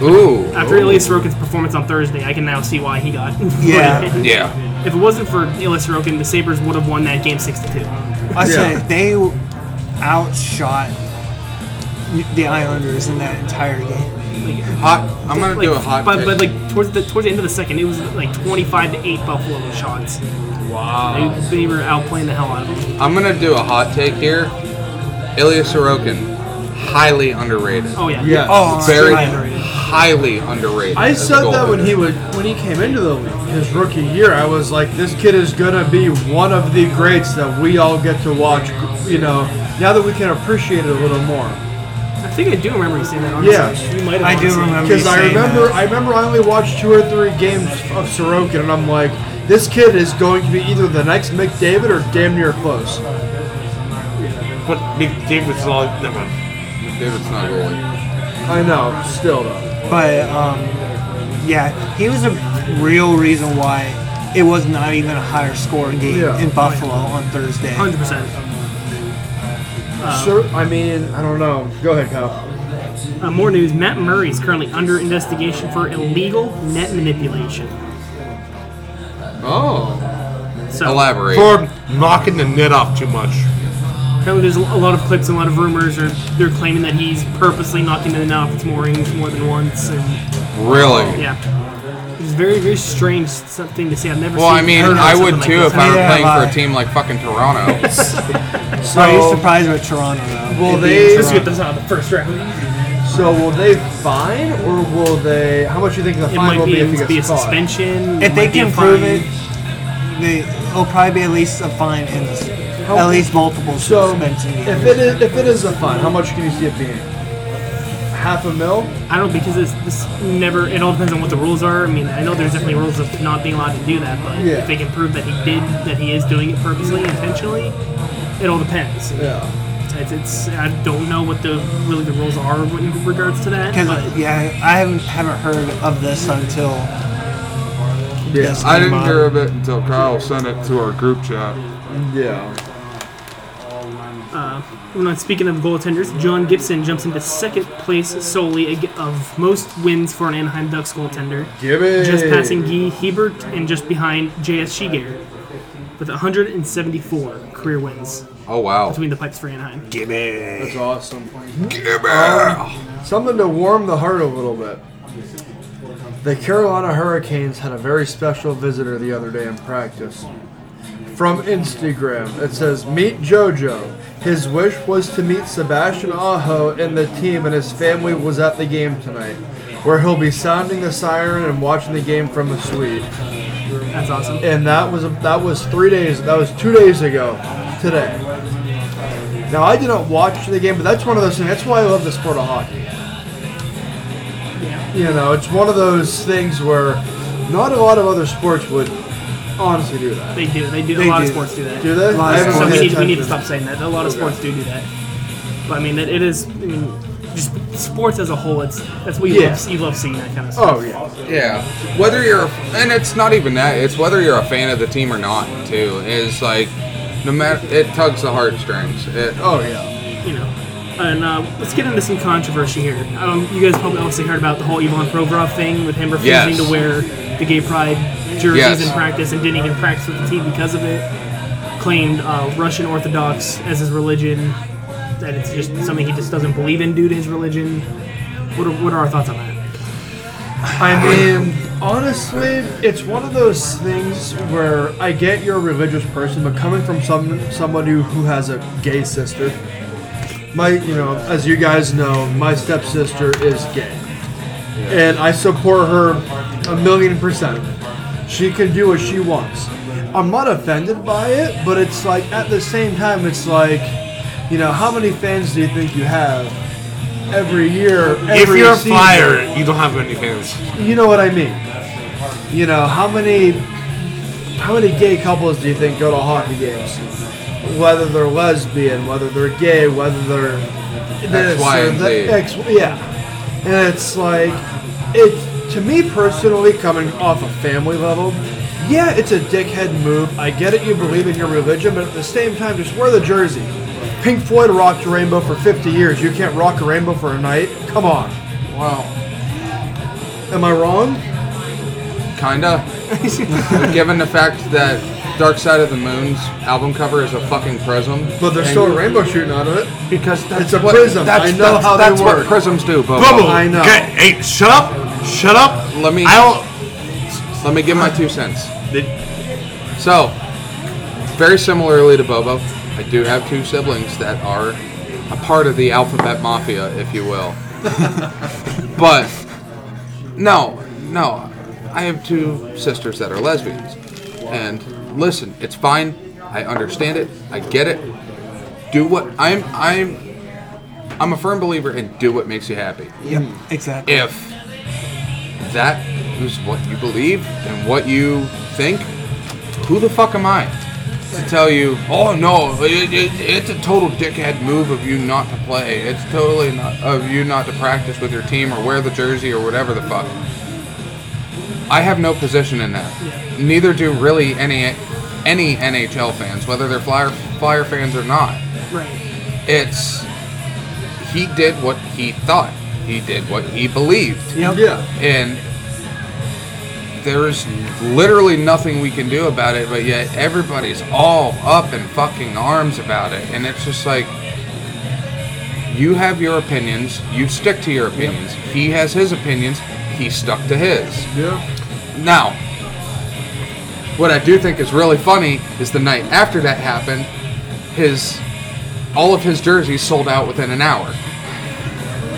Speaker 3: Ooh.
Speaker 2: After Ilya Sorokin's performance on Thursday, I can now see why he got.
Speaker 6: Yeah.
Speaker 2: voted.
Speaker 3: Yeah.
Speaker 2: If it wasn't for Ilya Sorokin, the Sabres would have won that game 6 to 2.
Speaker 6: I
Speaker 1: Yeah.
Speaker 6: say they outshot the Islanders in that entire game.
Speaker 3: Hot. I'm gonna do a hot.
Speaker 2: But,
Speaker 3: take.
Speaker 2: but like towards the towards the end of the second, it was like 25 to 8 Buffalo shots. Wow. They, they were outplaying the hell out of them.
Speaker 3: I'm gonna do a hot take here. Ilya Sorokin, highly underrated.
Speaker 2: Oh, yeah.
Speaker 1: Yeah.
Speaker 6: Oh,
Speaker 3: Very
Speaker 6: I-
Speaker 2: underrated.
Speaker 3: highly underrated.
Speaker 1: I
Speaker 3: as a
Speaker 1: said that when
Speaker 3: goaltender.
Speaker 1: he was when he came into the league, his rookie year. I was like, this kid is gonna be one of the greats that we all get to watch. You know, now that we can appreciate it a little more.
Speaker 2: I think I do remember you saying that. Honestly.
Speaker 1: Yeah.
Speaker 2: You might have
Speaker 6: I do
Speaker 2: honestly.
Speaker 6: remember.
Speaker 1: Because
Speaker 6: you
Speaker 1: I
Speaker 6: saying
Speaker 1: remember,
Speaker 6: that.
Speaker 1: I remember, I only watched two or three games of Sorokin, and I'm like, this kid is going to be either the next McDavid or damn near close.
Speaker 4: But Nick David's all. Never mind.
Speaker 3: David's not goalie.
Speaker 1: I know, still though.
Speaker 6: But um, yeah, he was a real reason why it was not even a higher score game
Speaker 1: Yeah.
Speaker 6: in Buffalo on Thursday.
Speaker 2: 100%.
Speaker 1: Sir, I mean, I don't know. Go ahead, Kyle.
Speaker 2: Uh, more news. Matt Murray is currently under investigation for illegal net manipulation.
Speaker 3: Oh.
Speaker 2: So
Speaker 3: Elaborate.
Speaker 4: For knocking the net off too much.
Speaker 2: apparently there's a a lot of clips and a lot of rumors, or they're claiming that he's purposely knocking the net off its moorings more than once. And
Speaker 3: really?
Speaker 2: yeah, it's very very strange something to say. I've never.
Speaker 3: Well,
Speaker 2: seen
Speaker 3: I mean,
Speaker 2: heard of
Speaker 3: I
Speaker 2: something
Speaker 3: would
Speaker 2: like
Speaker 3: too
Speaker 2: this.
Speaker 3: if I were
Speaker 6: Yeah,
Speaker 3: playing for
Speaker 6: bye.
Speaker 3: a team like fucking Toronto.
Speaker 6: So are you surprised with Toronto though?
Speaker 1: Well,
Speaker 6: It being
Speaker 1: they-
Speaker 2: Let's
Speaker 6: Toronto.
Speaker 2: get this out of the first round.
Speaker 1: So will they fine or will they? How much do you think the
Speaker 2: It
Speaker 1: fine
Speaker 2: might
Speaker 1: will
Speaker 2: be,
Speaker 1: be if he
Speaker 2: it
Speaker 1: gets
Speaker 2: be a
Speaker 1: caught?
Speaker 2: suspension. it
Speaker 6: If they
Speaker 2: might be a
Speaker 6: can prove
Speaker 2: fine.
Speaker 6: it, they it'll probably be at least a fine and s- at least multiple
Speaker 1: So
Speaker 6: suspension
Speaker 1: if
Speaker 6: games.
Speaker 1: it is, if it is a fine, how much can you see it being? Half a mil?
Speaker 2: I don't because this, this never. It all depends on what the rules are. I mean, I know there's definitely rules of not being allowed to do that, but
Speaker 1: Yeah.
Speaker 2: if they can prove that he did, that he is doing it purposely, intentionally, it all depends.
Speaker 1: Yeah.
Speaker 2: It's, it's I don't know what the really the rules are in regards to that.
Speaker 6: Because
Speaker 2: but
Speaker 6: uh, yeah, I haven't haven't heard of this until this
Speaker 3: I
Speaker 6: came
Speaker 3: didn't
Speaker 6: up.
Speaker 3: hear of it until Kyle sent it to our group chat.
Speaker 1: Yeah.
Speaker 2: When I'm speaking of goaltenders, John Gibson jumps into second place solely ag- of most wins for an Anaheim Ducks goaltender,
Speaker 1: Give it.
Speaker 2: just passing Guy Hebert and just behind J.S. Shiger with 174 career wins
Speaker 3: Oh wow.
Speaker 2: between the pipes for Anaheim.
Speaker 1: That's awesome. Um, something to warm the heart a little bit. The Carolina Hurricanes had a very special visitor the other day in practice. From Instagram, it says, Meet JoJo. His wish was to meet Sebastian Aho and the team, and his family was at the game tonight, where he'll be sounding the siren and watching the game from a suite.
Speaker 2: That's awesome.
Speaker 1: And that was that was three days. That was two days ago, today. Now I didn't watch the game, but that's one of those things. That's why I love the sport of hockey. You know, it's one of those things where not a lot of other sports would honestly do that.
Speaker 2: They do. They do.
Speaker 6: They
Speaker 2: a lot of
Speaker 6: do.
Speaker 2: sports do that.
Speaker 1: Do they?
Speaker 6: Lot
Speaker 1: I
Speaker 6: of
Speaker 1: haven't
Speaker 2: So
Speaker 6: sports.
Speaker 2: we
Speaker 1: paid
Speaker 2: need, we need to
Speaker 1: attention.
Speaker 2: stop saying that. A lot of sports do do that. But I mean, it, it is. I mean, just sports as a whole. It's that's what you
Speaker 1: Yeah.
Speaker 2: love. You love seeing that kind of stuff.
Speaker 1: Oh yeah,
Speaker 3: Yeah. Whether you're, and it's not even that. It's whether you're a fan of the team or not too. Is like, no matter, it tugs the heartstrings. It,
Speaker 1: oh yeah.
Speaker 2: You know. And uh, let's get into some controversy here. Um, you guys probably obviously heard about the whole Ivan Provorov thing with him refusing
Speaker 3: Yes.
Speaker 2: to wear the gay pride jerseys
Speaker 3: Yes.
Speaker 2: in practice and didn't even practice with the team because of it. Claimed uh, Russian Orthodox as his religion. that it's just something he just doesn't believe in due to his religion? What are, what are our thoughts on that?
Speaker 1: I mean, honestly, it's one of those things where I get you're a religious person, but coming from some somebody who has a gay sister, my you know, as you guys know, my stepsister is gay, and I support her a million percent. She can do what she wants. I'm not offended by it, but it's like at the same time, it's like, you know, how many fans do you think you have every year?
Speaker 4: If
Speaker 1: every
Speaker 4: you're a
Speaker 1: season?
Speaker 4: flyer, you don't have many fans.
Speaker 1: you know what I mean. You know how many how many gay couples do you think go to hockey games? Whether they're lesbian, whether they're gay, whether they're this
Speaker 3: Y,
Speaker 1: or
Speaker 3: and
Speaker 1: that- X,
Speaker 3: Z.
Speaker 1: yeah. And it's like it's to me personally coming off a family level. Yeah, it's a dickhead move. I get it. You believe in your religion, but at the same time, just wear the jersey. Pink Floyd rocked a rainbow for 50 years. You can't rock a rainbow for a night. Come on.
Speaker 3: Wow.
Speaker 1: Am I wrong?
Speaker 3: Kinda. Given the fact that Dark Side of the Moon's album cover is a fucking prism.
Speaker 1: But there's still a rainbow shooting out of it.
Speaker 3: Because that's
Speaker 1: It's a
Speaker 3: what,
Speaker 1: prism.
Speaker 3: That's,
Speaker 1: I know
Speaker 3: that's,
Speaker 1: how they
Speaker 3: that's what
Speaker 1: work.
Speaker 3: prisms do, Bobo.
Speaker 4: Bubble,
Speaker 1: I know.
Speaker 4: Get, hey, shut up! Shut up!
Speaker 3: Let me-
Speaker 4: I'll.
Speaker 3: Let me give my two cents.
Speaker 4: Did-
Speaker 3: So, very similarly to Bobo, I do have two siblings that are a part of the alphabet mafia, if you will. but no, no, I have two sisters that are lesbians. And listen, it's fine. I understand it. I get it. Do what I'm I'm I'm a firm believer in do what makes you happy
Speaker 6: Yep, exactly.
Speaker 3: if that is what you believe and what you think, who the fuck am I to tell you, oh no, it, it, it's a total dickhead move of you not to play. It's totally not of you not to practice with your team or wear the jersey or whatever the fuck. I have no position in that. Neither do really any any NHL fans, whether they're Flyer Flyer fans or not
Speaker 2: Right.
Speaker 3: it's he did what he thought he did what he believed
Speaker 1: Yeah.
Speaker 3: and there's literally nothing we can do about it but yet everybody's all up in fucking arms about it and it's just like you have your opinions you stick to your opinions he has his opinions he stuck to his
Speaker 1: Yeah.
Speaker 3: now, what I do think is really funny is the night after that happened, his all of his jerseys sold out within an hour.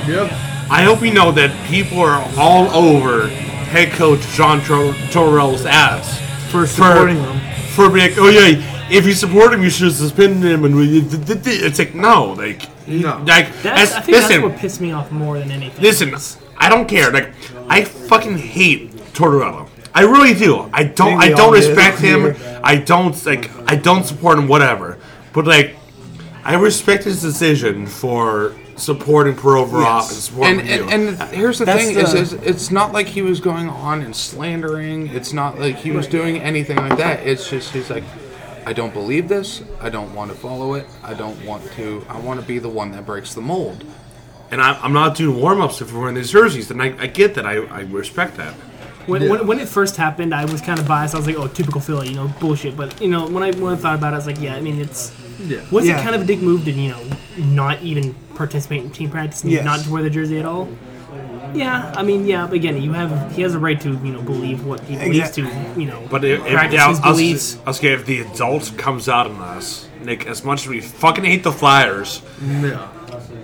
Speaker 1: Yeah.
Speaker 4: I hope you know that people are all over head coach John Tor- Torrell's ass
Speaker 5: For supporting them.
Speaker 4: For being, like, oh yeah, if you support him, you should suspend him, and we, it's like no, like
Speaker 1: No.
Speaker 4: like
Speaker 2: That's,
Speaker 4: as-
Speaker 2: I think
Speaker 4: listen,
Speaker 2: that's what pissed me off more than anything.
Speaker 4: listen, I don't care. Like I fucking hate Tortorella. I really do. I don't. I
Speaker 1: we
Speaker 4: don't
Speaker 1: all did.
Speaker 4: respect him. I don't like. I don't support him. Whatever. But like, I respect his decision for supporting Provorov and supporting
Speaker 3: And,
Speaker 4: you.
Speaker 3: and and here's the
Speaker 6: That's
Speaker 3: thing is,
Speaker 6: the-
Speaker 3: is it's not like he was going on and slandering. It's not like he was doing anything like that. It's just he's like, I don't believe this. I don't want to follow it. I don't want to. I want to be the one that breaks the mold.
Speaker 4: and I, I'm not doing warm ups if we're wearing these jerseys. Then I, I get that. I, I respect that.
Speaker 2: When, when, when it first happened, I was kind of biased. I was like, "Oh, typical Philly, you know, bullshit." But you know, when I when I thought about it, I was like, "Yeah, I mean, it's
Speaker 1: Yeah.
Speaker 2: was
Speaker 6: Yeah.
Speaker 2: it kind of a dick move to you know not even participate in team practice, and
Speaker 6: Yes.
Speaker 2: not to wear the jersey at all?" Yeah, I mean, yeah. But again, you have he has a right to you know believe what he believes to you know
Speaker 4: But if, if
Speaker 2: practice
Speaker 4: yeah,
Speaker 2: his
Speaker 4: us,
Speaker 2: beliefs.
Speaker 4: us, if the adult comes out on us, like as much as we fucking hate the Flyers,
Speaker 1: Yeah.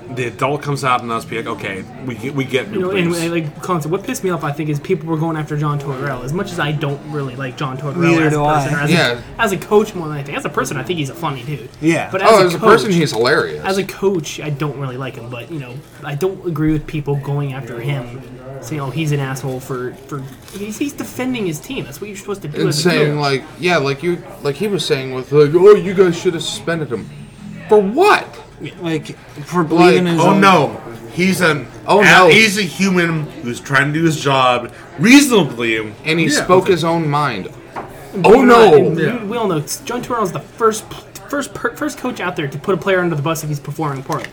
Speaker 4: the adult comes out and us be like, okay, we get, we get new
Speaker 2: You know, and
Speaker 4: beliefs.
Speaker 2: and, like Colin said, what pissed me off, I think, is people were going after John Tortorella. As much as I don't really like John Tortorella
Speaker 6: Neither
Speaker 2: as a
Speaker 6: do
Speaker 2: person,
Speaker 6: I.
Speaker 2: or as,
Speaker 3: Yeah.
Speaker 2: a, as a coach more than anything, as a person, I think he's a funny dude.
Speaker 6: Yeah.
Speaker 2: But as
Speaker 3: Oh,
Speaker 2: a
Speaker 3: as a
Speaker 2: coach,
Speaker 3: person, he's hilarious.
Speaker 2: as a coach, I don't really like him, but you know, I don't agree with people going after him, saying, "Oh, he's an asshole for for he's, he's defending his team." That's what you're supposed to do.
Speaker 3: and
Speaker 2: as a
Speaker 3: saying
Speaker 2: coach.
Speaker 3: like yeah like you like he was saying with like oh you guys should have suspended him for what
Speaker 6: Like for believing in his
Speaker 4: Oh
Speaker 6: own-
Speaker 4: no, he's an
Speaker 3: Oh,
Speaker 4: oh
Speaker 3: no.
Speaker 4: no, he's a human who's trying to do his job reasonably.
Speaker 3: and he
Speaker 1: Yeah.
Speaker 3: spoke his own mind
Speaker 2: And
Speaker 3: oh
Speaker 2: we're not-
Speaker 3: no
Speaker 2: and we-
Speaker 1: Yeah.
Speaker 2: we all know John Torel's the first first per, first coach out there to put a player under the bus if he's performing poorly.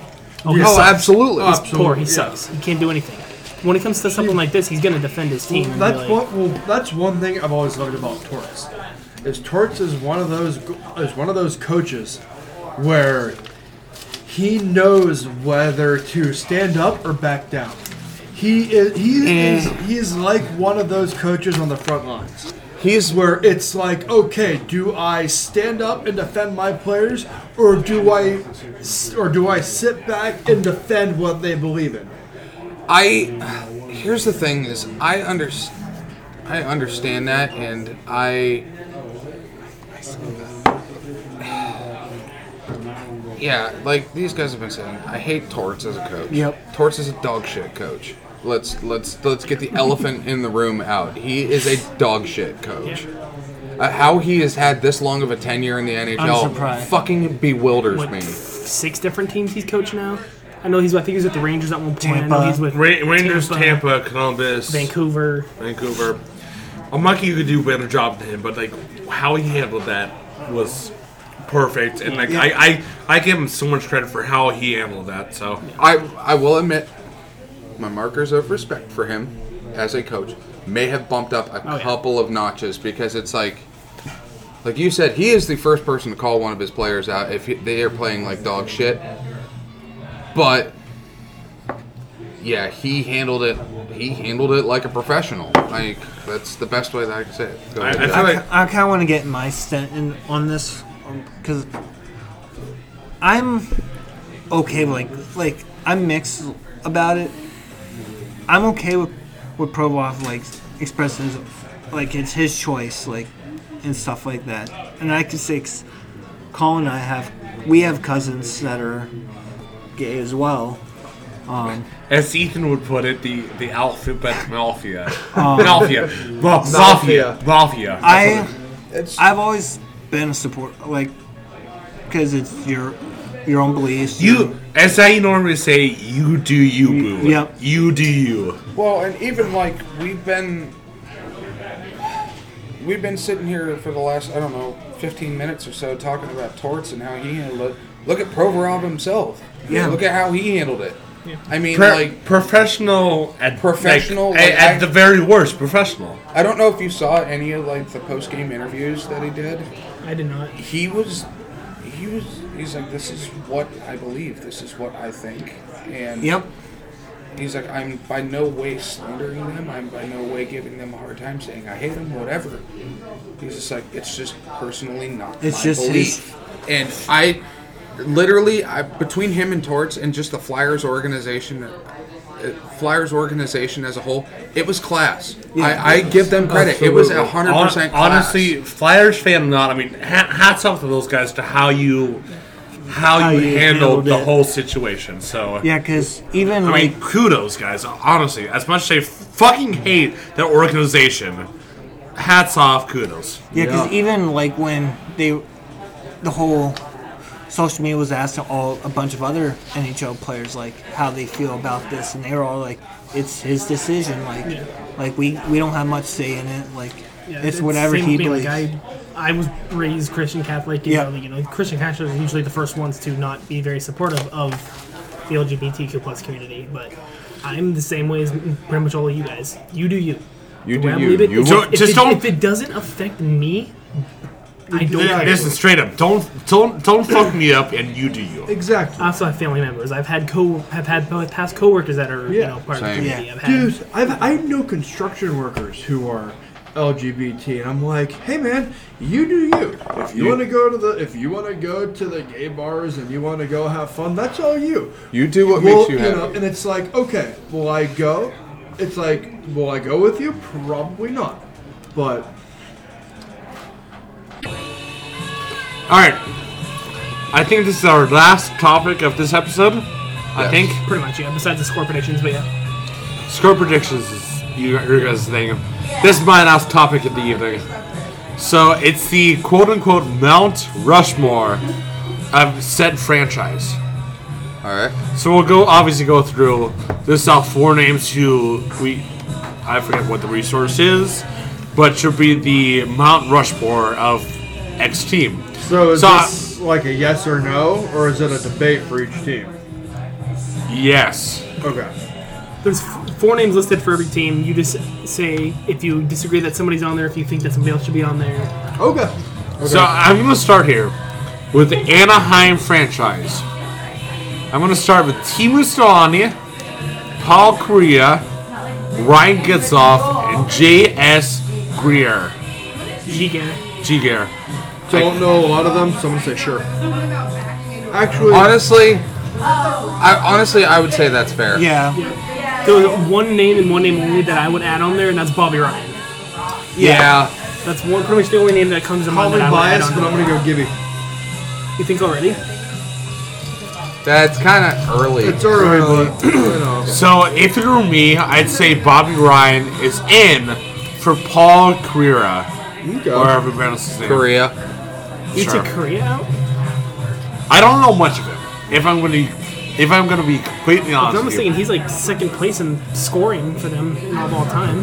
Speaker 2: Oh, he
Speaker 1: Yeah.
Speaker 3: oh
Speaker 2: sucks.
Speaker 3: absolutely
Speaker 1: Oh,
Speaker 2: He's poor. He
Speaker 1: Absolutely, yeah.
Speaker 2: sucks. He can't do anything. When it comes to something like this, he's going to defend his team. and
Speaker 1: That's
Speaker 2: really-
Speaker 1: what. Well, that's one thing I've always loved about Torts. Is Torts is one of those is one of those coaches where He knows whether to stand up or back down. He is he is he is like one of those coaches on the front lines. He's where it's like, okay, do I stand up and defend my players, or do I, s- or do I sit back and defend what they believe in?
Speaker 3: I here's the thing is I under, I understand that and I Yeah, like these guys have been saying, I hate Torts as a coach.
Speaker 6: Yep.
Speaker 3: Torts is a dog shit coach. Let's let's let's get the elephant in the room out. He is a dog shit coach. Uh, how he has had this long of a tenure in the
Speaker 6: I'm
Speaker 3: NHL
Speaker 6: surprised.
Speaker 3: fucking bewilders
Speaker 2: What,
Speaker 3: me.
Speaker 2: six different teams he's coached now? I know he's. I think he's with the Rangers at one point. I know
Speaker 6: Tampa.
Speaker 2: he's with
Speaker 4: Ra- Rangers, Tampa, Columbus,
Speaker 2: Vancouver.
Speaker 4: Vancouver. I'm lucky you could do a better job than him, but like how he handled that was perfect, and like I, I I give him so much credit for how he handled that. So
Speaker 3: I I will admit, my markers of respect for him as a coach may have bumped up a
Speaker 2: Oh, yeah.
Speaker 3: couple of notches because it's like, like you said, he is the first person to call one of his players out if he, they are playing like dog shit. But yeah, he handled it. He handled it like a professional. Like that's the best way that I can say it. Go
Speaker 4: I, I
Speaker 3: ahead,
Speaker 4: feel
Speaker 3: Jack.
Speaker 4: like
Speaker 6: I kind of want to get my stint in on this because I'm okay. Like, like I'm mixed about it. I'm okay with with Provoff like expressing his, like it's his choice, like and stuff like that. And I can say, 'cause Colin and I have we have cousins that are gay as well. Um,
Speaker 4: as Ethan would put it, the the outfit, but mafia, mafia, Ma- mafia, mafia.
Speaker 6: Oh. I, I've always been a support, like, because it's your your own beliefs. your-
Speaker 4: You, as I normally say, you do you, boo.
Speaker 6: Mm, Yep.
Speaker 4: You do you.
Speaker 3: Well, and even like we've been we've been sitting here for the last I don't know 15 minutes or so talking about Torts and how he handled it. Look at Provorov himself.
Speaker 6: Yeah.
Speaker 3: Look at how he handled it. I mean,
Speaker 4: Pro-
Speaker 3: like
Speaker 4: professional at
Speaker 3: Professional,
Speaker 4: like, at,
Speaker 3: like,
Speaker 4: at
Speaker 3: I-
Speaker 4: the very worst, professional.
Speaker 3: I don't know if you saw any of like the post game interviews that he did.
Speaker 2: I did not.
Speaker 3: He was he was he's like this is what I believe. This is what I think. And
Speaker 6: Yep.
Speaker 3: He's like, I'm by no way slandering them. I'm by no way giving them a hard time, saying I hate them, whatever. He's just like, it's just personally not
Speaker 6: It's
Speaker 3: my
Speaker 6: just
Speaker 3: belief. And I, literally, I, between him and Torts and just the Flyers organization, uh, Flyers organization as a whole, it was class. I, I give them credit. It was a hundred
Speaker 4: Hon-
Speaker 3: percent. class.
Speaker 4: Honestly, Flyers fan or not, I mean, ha- hats off to those guys to how you how, you,
Speaker 6: you
Speaker 4: handled,
Speaker 6: handled
Speaker 4: the
Speaker 6: it.
Speaker 4: whole situation. So
Speaker 6: Yeah, because even
Speaker 4: I
Speaker 6: like
Speaker 4: mean, kudos, guys. Honestly, as much as I fucking hate that organization, hats off, kudos.
Speaker 6: yeah, because even like when they the whole social media was asked to all a bunch of other NHL players like how they feel about this, and they were all like, "It's his decision. Like, like we we don't have much say in it. Like,
Speaker 2: Yeah,
Speaker 6: it's whatever
Speaker 2: same
Speaker 6: he
Speaker 2: with me,
Speaker 6: believes."
Speaker 2: Like I, I was raised Christian Catholic. You
Speaker 6: Yeah.
Speaker 2: know, you know, Christian Catholics are usually the first ones to not be very supportive of the LGBTQ plus community. But I'm the same way as pretty much all of you guys. You do you.
Speaker 3: you
Speaker 2: The way I believe it, if,
Speaker 4: So
Speaker 2: if
Speaker 4: just
Speaker 2: it,
Speaker 4: don't-
Speaker 2: if it doesn't affect me, I don't.
Speaker 4: Yeah,
Speaker 2: care.
Speaker 4: Listen, straight up, don't don't don't fuck me up, and you do you.
Speaker 1: Exactly.
Speaker 2: I also have family members. I've had co have had past coworkers that are you
Speaker 1: Yeah.
Speaker 2: know part of the
Speaker 3: Same.
Speaker 2: community.
Speaker 6: Yeah.
Speaker 2: I've had
Speaker 1: Dude, I've, I know construction workers who are LGBT, and I'm like, hey man, you do you. If you want to go to the, if you want to go to the gay bars and you want to go have fun, that's all you.
Speaker 3: You do what
Speaker 1: Well,
Speaker 3: makes you happy.
Speaker 1: know, and it's like, okay, will I go? It's like, will I go with you? Probably not. But
Speaker 4: All right, I think this is our last topic of this episode. I
Speaker 3: Yes.
Speaker 4: think
Speaker 2: pretty much yeah. Besides the score predictions, but yeah,
Speaker 4: score predictions is you, your guys' thing. This is my last topic of the evening. So it's the quote unquote Mount Rushmore of said franchise.
Speaker 3: All right.
Speaker 4: So we'll go obviously go through this off four names who we I forget what the resource is, but should be the Mount Rushmore of X team.
Speaker 1: so is
Speaker 4: So I-
Speaker 1: this like a yes or no, or is it a debate for each team?
Speaker 4: Yes.
Speaker 1: Okay.
Speaker 2: there's f- four names listed for every team. You just say if you disagree that somebody's on there, if you think that somebody else should be on there.
Speaker 1: Okay.
Speaker 4: So I'm gonna start here with the Anaheim franchise. I'm going to start with Timu Solani, Paul Korea, Ryan Gitzoff, and J.S. Greer.
Speaker 2: Giger.
Speaker 4: G. Greer.
Speaker 1: Don't know a lot of them, so I'm gonna say sure. Actually,
Speaker 4: Honestly, I honestly I would say that's fair.
Speaker 5: Yeah.
Speaker 2: There was one name and one name only that I would add on there, and that's Bobby Ryan.
Speaker 4: Yeah.
Speaker 2: That's one, pretty much the only name that comes to
Speaker 1: call
Speaker 2: mind
Speaker 1: me
Speaker 2: that I would add
Speaker 1: biased,
Speaker 2: on
Speaker 1: but I'm
Speaker 2: there.
Speaker 1: gonna go Gibby.
Speaker 2: You think already?
Speaker 4: That's kind of early.
Speaker 1: It's alright, but you know.
Speaker 4: So if it were me, I'd say Bobby Ryan is in for Paul Carrera,
Speaker 1: You
Speaker 4: or
Speaker 1: go.
Speaker 4: however you pronounce his name. Korea.
Speaker 2: It's
Speaker 4: Sure.
Speaker 2: a Korea out?
Speaker 4: I don't know much of him. If I'm going to, if I'm going to be completely
Speaker 2: I'm
Speaker 4: honest
Speaker 2: almost
Speaker 4: with you.
Speaker 2: thinking he's like second place in scoring for them in all of all time.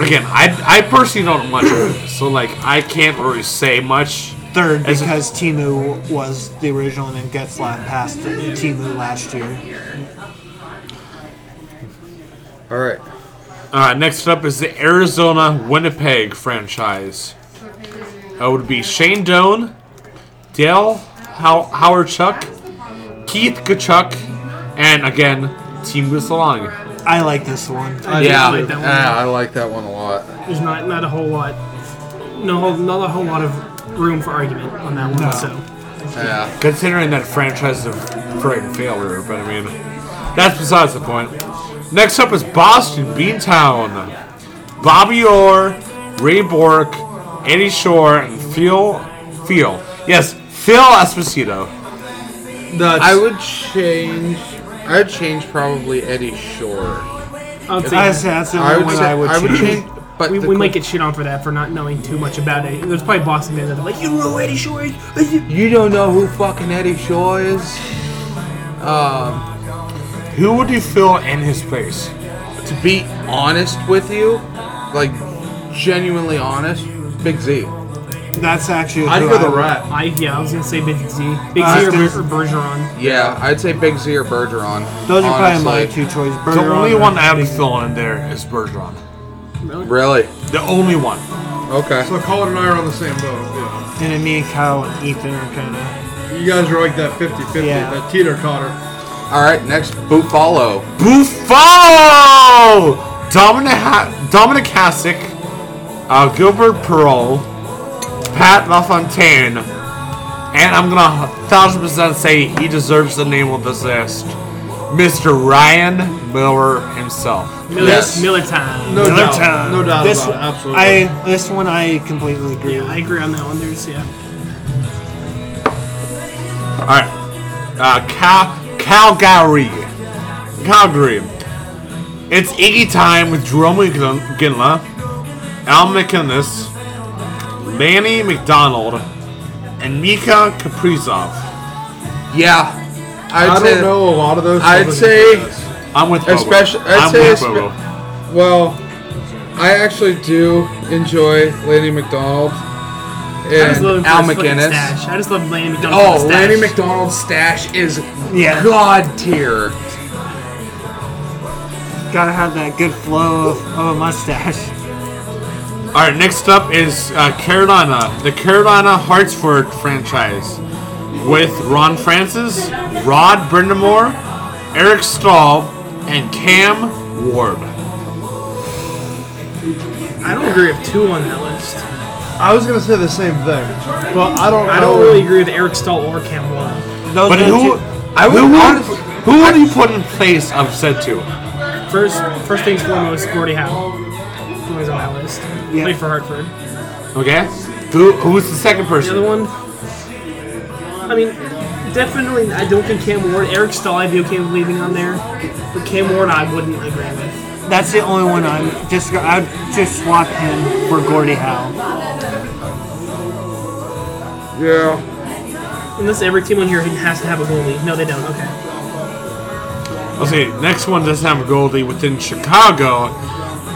Speaker 4: Again, I, I personally don't know much of him, so like I can't really say much.
Speaker 5: Third,
Speaker 4: As a-
Speaker 5: because Timu was the original, and then Getzlaff passed Timu last year.
Speaker 1: Alright.
Speaker 4: Uh, next up is the Arizona Winnipeg franchise. That would be Shane Doan, Dale How- Howard Chuck, Keith Kachuk, and again, Team Wusselang.
Speaker 5: I like this one.
Speaker 2: Yeah, like that one. yeah,
Speaker 4: I like that one a lot.
Speaker 2: There's not not a whole lot, no whole- not a whole lot of room for argument on that one.
Speaker 5: No.
Speaker 2: So
Speaker 4: Yeah. Considering that franchise is a friggin' failure, but I mean, that's besides the point. Next up is Boston Beantown. Bobby Orr, Ray Bork, Eddie Shore, and Phil. Phil. Yes, Phil Esposito.
Speaker 1: That's
Speaker 3: I would change. I would change probably Eddie Shore.
Speaker 2: I would
Speaker 5: I
Speaker 2: say
Speaker 5: say that's the
Speaker 3: I
Speaker 5: only
Speaker 3: would.
Speaker 5: one
Speaker 3: Say,
Speaker 5: I would change.
Speaker 3: But
Speaker 2: we,
Speaker 3: the
Speaker 2: we
Speaker 3: cool-
Speaker 2: might get shit on for that for not knowing too much about it. There's probably Boston fans that are like, you know Eddie Shore is.
Speaker 3: you don't know who fucking Eddie Shore is.
Speaker 4: Who would you fill in his place?
Speaker 3: To be honest with you, like genuinely honest, Big Z.
Speaker 5: That's actually.
Speaker 1: I'd
Speaker 5: who
Speaker 1: go
Speaker 5: I
Speaker 1: the
Speaker 5: would-
Speaker 1: rat.
Speaker 2: I yeah, I was gonna say Big Z, Big
Speaker 5: Uh,
Speaker 2: Z or,
Speaker 5: there's-
Speaker 2: Ber- or Bergeron.
Speaker 3: Yeah, I'd say Big Z or Bergeron.
Speaker 5: Those are probably my
Speaker 3: honestly.
Speaker 5: two choices.
Speaker 4: The only one I would fill in there is Bergeron.
Speaker 3: Really?
Speaker 4: The only one.
Speaker 3: Okay.
Speaker 1: so Colin and I are on the same boat. Yeah.
Speaker 5: And then me and Kyle and Ethan are kind of.
Speaker 1: You guys are like that 50-50,
Speaker 5: Yeah.
Speaker 1: that teeter totter.
Speaker 3: All right. Next, Buffalo.
Speaker 4: Buffalo! Dominic, ha- Dominic Hasek, uh, Gilbert Perot, Pat LaFontaine, and I'm gonna a thousand percent say he deserves the name of this list, Mr. Ryan Miller himself.
Speaker 2: Miller,
Speaker 3: Yes.
Speaker 2: Miller time.
Speaker 1: No
Speaker 5: Another
Speaker 1: doubt.
Speaker 5: time.
Speaker 1: No doubt
Speaker 5: This,
Speaker 1: about it. Absolutely.
Speaker 5: I this one I completely agree.
Speaker 2: Yeah, I agree on that one. There's yeah.
Speaker 4: All right, uh, Cal- Calgary, Calgary. It's Iggy time with Jerome Gin- Ginla, Al McInnes, Manny McDonald, and Mika Kaprizov.
Speaker 3: Yeah. I'd
Speaker 1: I
Speaker 3: say,
Speaker 1: don't know Oh, a lot of those. so
Speaker 3: I'd
Speaker 1: I'm gonna
Speaker 3: say-
Speaker 1: this.
Speaker 4: I'm with Bobo.
Speaker 3: Especially- I'd
Speaker 4: I'm
Speaker 3: say
Speaker 4: with
Speaker 3: espe-
Speaker 4: Bobo.
Speaker 3: Well, I actually do enjoy Lanny McDonald
Speaker 2: I just love him
Speaker 3: and
Speaker 2: for
Speaker 3: Al
Speaker 2: his fucking
Speaker 3: McInnes.
Speaker 2: Stash. I just love Lanny McDonald.
Speaker 3: Oh,
Speaker 2: stash.
Speaker 3: Lanny McDonald's stash is
Speaker 5: Yeah.
Speaker 3: god tier.
Speaker 5: Gotta have that good flow of, of a mustache.
Speaker 4: All right, next up is uh, Carolina, the Carolina Hartsford franchise, with Ron Francis, Rod Brindamore, Eric Stahl, and Cam Ward.
Speaker 2: I don't agree with two on that list.
Speaker 1: I was gonna say the same thing, but I don't.
Speaker 2: I don't really agree with Eric Stahl or Cam Ward.
Speaker 5: Those
Speaker 4: But
Speaker 5: are the
Speaker 4: who,
Speaker 5: two-
Speaker 4: I
Speaker 3: would
Speaker 4: who, would,
Speaker 3: honestly-
Speaker 4: who would you put in place of said two?
Speaker 2: First, first things foremost, Gordie Howe. He was on that list.
Speaker 5: Yeah.
Speaker 2: Played for Hartford.
Speaker 4: Okay, who who's the second
Speaker 2: The
Speaker 4: person?
Speaker 2: other one, I mean, definitely, I don't think Cam Ward, Eric Stahl, I'd be okay with leaving on there, but Cam Ward, I wouldn't agree with.
Speaker 5: That's the only one I'm just. I'd just swap him for Gordie Howe.
Speaker 1: Yeah.
Speaker 2: Unless every team on here has to have a goalie. No, they don't. Okay.
Speaker 4: Let's see. Next one doesn't have a goalie within Chicago,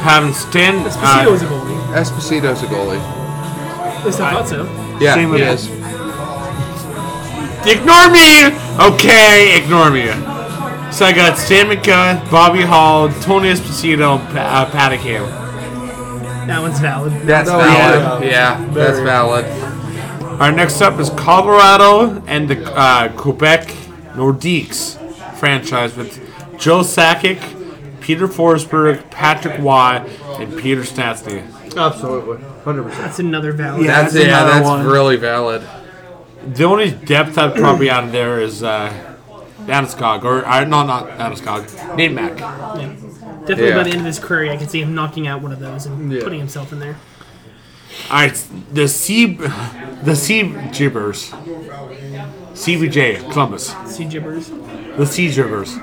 Speaker 4: having Stan.
Speaker 2: Esposito
Speaker 4: Uh,
Speaker 2: is a goalie.
Speaker 3: Esposito's a goalie.
Speaker 2: At least I thought so.
Speaker 3: Yeah,
Speaker 5: Same
Speaker 3: he
Speaker 5: with-
Speaker 3: is.
Speaker 4: ignore me. Okay, ignore me. So I got Stan McGuinn, Bobby Hall, Tony Esposito, and Pa- uh, Paddock Hale.
Speaker 2: That one's valid.
Speaker 3: That's
Speaker 1: No, yeah.
Speaker 3: valid. Yeah, that's
Speaker 1: Very.
Speaker 3: valid.
Speaker 4: Our next up is Colorado and the uh, Quebec Nordiques franchise with Joe Sakic, Peter Forsberg, Patrick Waugh, and Peter Stastny.
Speaker 1: Absolutely, hundred percent.
Speaker 2: That's another valid.
Speaker 5: Yeah.
Speaker 3: That's,
Speaker 5: That's
Speaker 3: yeah,
Speaker 5: another
Speaker 3: that's
Speaker 5: one.
Speaker 3: really valid.
Speaker 4: The only depth I'd probably out of there is uh, Anaskog, or uh, no, not Anaskog, Nate Mack.
Speaker 2: Definitely
Speaker 3: Yeah.
Speaker 2: by the end of his career, I can see him knocking out one of those and
Speaker 1: Yeah.
Speaker 2: putting himself in there.
Speaker 4: All right, the C, the C Jibbers, CBJ Columbus.
Speaker 2: See gibbers.
Speaker 4: the Sea Drivers.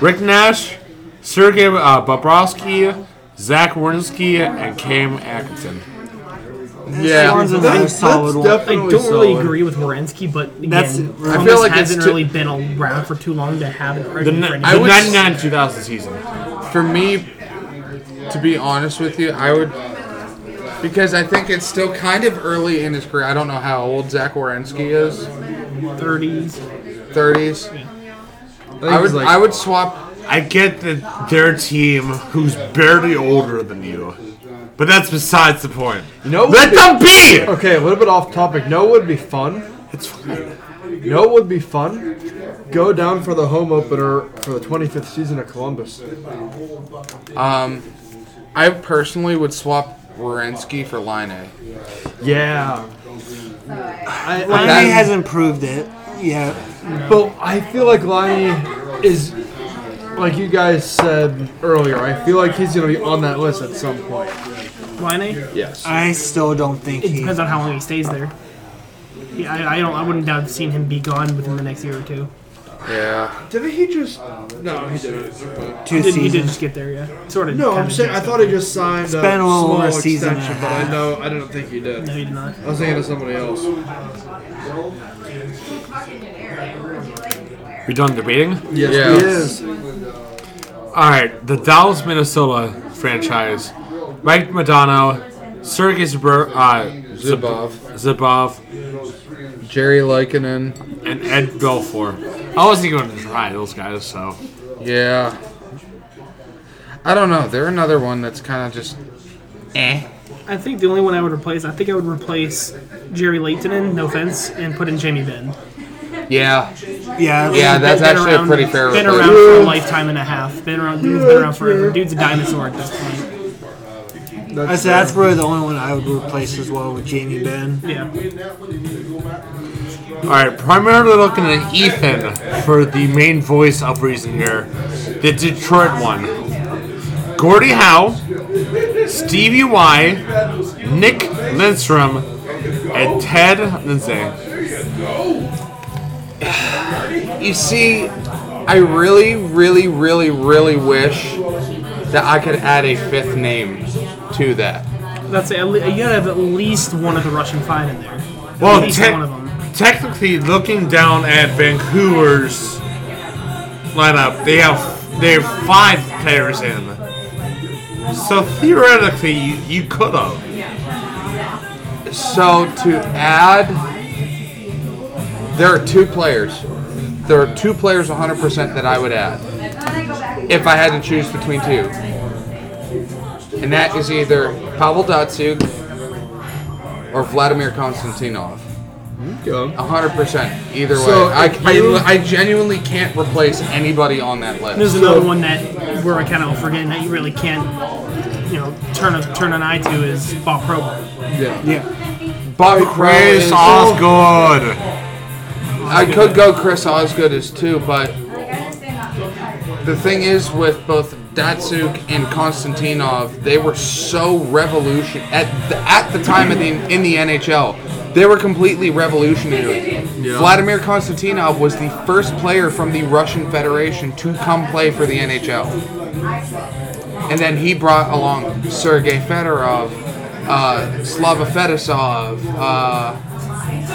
Speaker 4: Rick Nash, Sergey uh, Bobrovsky, Zach Wernsky, and Cam Atkinson.
Speaker 3: Yeah,
Speaker 5: One's another solid one.
Speaker 2: I don't really agree with Wierenski, but again,
Speaker 5: That's- I
Speaker 2: Columbus
Speaker 3: feel like it's
Speaker 2: hasn't
Speaker 3: too-
Speaker 2: really been around for too long to have an
Speaker 4: The,
Speaker 2: argument. for
Speaker 4: ni-
Speaker 2: anybody.
Speaker 4: the
Speaker 3: would-
Speaker 4: 99 2000 season.
Speaker 3: for me, to be honest with you, I would because I think it's still kind of early in his career. I don't know how old Zach Wierenski is,
Speaker 2: 30s.
Speaker 3: thirties. I would I would swap.
Speaker 4: I get that their team, who's barely older than you, but that's besides the point.
Speaker 1: No,
Speaker 4: Let them be!
Speaker 1: Okay, a little bit off topic. No would be fun.
Speaker 4: It's fine.
Speaker 1: You know what would be fun? Go down for the home opener for the 25th season of Columbus.
Speaker 3: um, I personally would swap Wierenski for Line A.
Speaker 1: Yeah. I,
Speaker 5: Liney
Speaker 1: I,
Speaker 3: That-
Speaker 5: hasn't proved it yet.
Speaker 1: but I feel like Liney is, like you guys said earlier, I feel like he's going to be on that list at some point.
Speaker 2: Line A?
Speaker 1: Yes.
Speaker 5: I still don't think
Speaker 2: It
Speaker 5: he.
Speaker 2: depends on how long he stays there. Yeah, I, I don't. I wouldn't doubt seeing him be gone within the next year or two.
Speaker 3: Yeah,
Speaker 1: Didn't he just. No, he didn't.
Speaker 5: Two
Speaker 2: He did, he did
Speaker 5: seasons.
Speaker 2: just get there, yeah. Sort of.
Speaker 1: No, I'm saying I thought he just signed a
Speaker 5: been a little
Speaker 1: small
Speaker 5: over a season and a
Speaker 1: extension, but I
Speaker 5: half.
Speaker 1: know I didn't think he did.
Speaker 2: No, he did not.
Speaker 1: I was thinking of somebody else.
Speaker 4: We done debating?
Speaker 1: Yes,
Speaker 3: Yeah.
Speaker 1: he is.
Speaker 4: All right, the Dallas, Minnesota franchise. Mike Madonna, Sergey Zber- uh, Zub-
Speaker 3: Zubov.
Speaker 4: Zubov,
Speaker 3: Jerry Likinen.
Speaker 4: and Ed Belfour. I wasn't going to try those guys, so
Speaker 3: Yeah. I don't know. They're another one that's kind of just eh.
Speaker 2: I think the only one I would replace, I think I would replace Jerry Leighton, no offense, and put in Jamie Benn.
Speaker 3: yeah.
Speaker 5: Yeah,
Speaker 3: Yeah, that's
Speaker 2: Been
Speaker 3: actually a
Speaker 2: around-
Speaker 3: pretty fair.
Speaker 2: Been
Speaker 3: replacement.
Speaker 2: around for a lifetime and a half. Been around. Dude's been around forever. Dude's a dinosaur at this point.
Speaker 5: I said that's probably the only one I would replace as well with Jamie Ben.
Speaker 2: Yeah.
Speaker 4: All right, primarily looking at Ethan for the main voice of reason here. The Detroit one. Gordie Howe, Stevie Y, Nick Lindstrom, and Ted Lindsay.
Speaker 3: You see, I really, really, really, really wish that I could add a fifth name to that.
Speaker 2: That's it. At le- You gotta have at least one of the Russian five in there.
Speaker 4: Well,
Speaker 2: at least
Speaker 4: tech-
Speaker 2: one of them.
Speaker 4: technically, looking down at Vancouver's lineup, they have they have five players in. So theoretically, you, you could have.
Speaker 3: So to add, there are two players. There are two players 100% that I would add if I had to choose between two. And that is either Pavel Datsuk or Vladimir Konstantinov.
Speaker 1: Go.
Speaker 3: 100%. Either way.
Speaker 1: So
Speaker 3: I,
Speaker 1: if you-
Speaker 3: I, I genuinely can't replace anybody on that list.
Speaker 2: There's another one that we're kind of forgetting that you really can't, you know, turn a turn an eye to is Bob Probert.
Speaker 1: Yeah.
Speaker 3: Bobby Crow
Speaker 4: Chris
Speaker 3: is-
Speaker 4: Osgood.
Speaker 3: I could go Chris Osgood is too, but the thing is with both Datsuk and Konstantinov, they were so revolution at the, at the time of the, in the NHL. They were completely revolutionary. Vladimir Konstantinov was the first player from the Russian Federation to come play for the NHL. And then he brought along Sergei Fedorov, uh, Slava Fedosov, uh,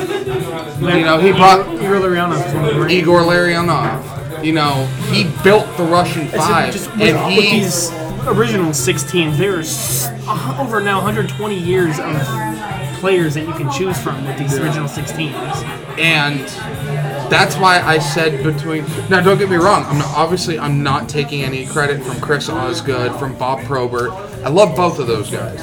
Speaker 3: you know, he brought
Speaker 2: Igor Larionov's one of the
Speaker 3: Igor Larionov. You know, he built the Russian
Speaker 2: It's
Speaker 3: Five,
Speaker 2: just with,
Speaker 3: and
Speaker 2: with
Speaker 3: he
Speaker 2: these original 16s, there's over now 120 years of players that you can choose from with these original 16s.
Speaker 3: and that's why I said between. Now, don't get me wrong. I'm not, obviously I'm not taking any credit from Chris Osgood, from Bob Probert. I love both of those guys,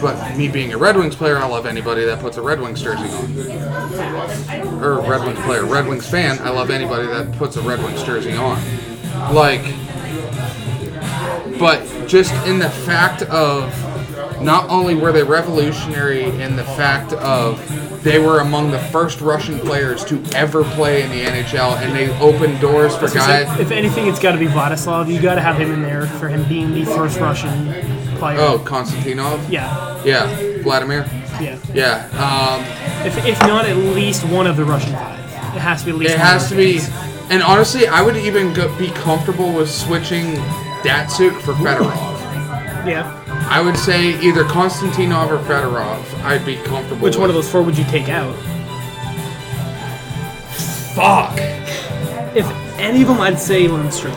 Speaker 3: But me being a Red Wings player, I love anybody that puts a Red Wings jersey on. Or er, Red Wings player, Red Wings fan, I love anybody that puts a Red Wings jersey on. Like, but just in the fact of not only were they revolutionary in the fact of they were among the first Russian players to ever play in the NHL, and they opened doors for guys.
Speaker 2: If anything, it's got to be Vladislav. You got to have him in there for him being the first Russian player.
Speaker 3: Oh, Konstantinov.
Speaker 2: Yeah,
Speaker 3: Yeah, Vladimir.
Speaker 2: yeah.
Speaker 3: Yeah, Um,
Speaker 2: If, if not at least one of the Russian five, it has to be at
Speaker 3: um,
Speaker 2: least.
Speaker 3: it
Speaker 2: one
Speaker 3: has
Speaker 2: of
Speaker 3: to
Speaker 2: the
Speaker 3: be.
Speaker 2: guys.
Speaker 3: And honestly, I would even go, be comfortable with switching Datsuk for Fedorov.
Speaker 2: Yeah.
Speaker 3: I would say either Konstantinov or Fedorov. I'd be comfortable.
Speaker 2: Which one of
Speaker 3: with.
Speaker 2: those four would you take out?
Speaker 3: Fuck.
Speaker 2: If any of them, I'd say Lindstrom.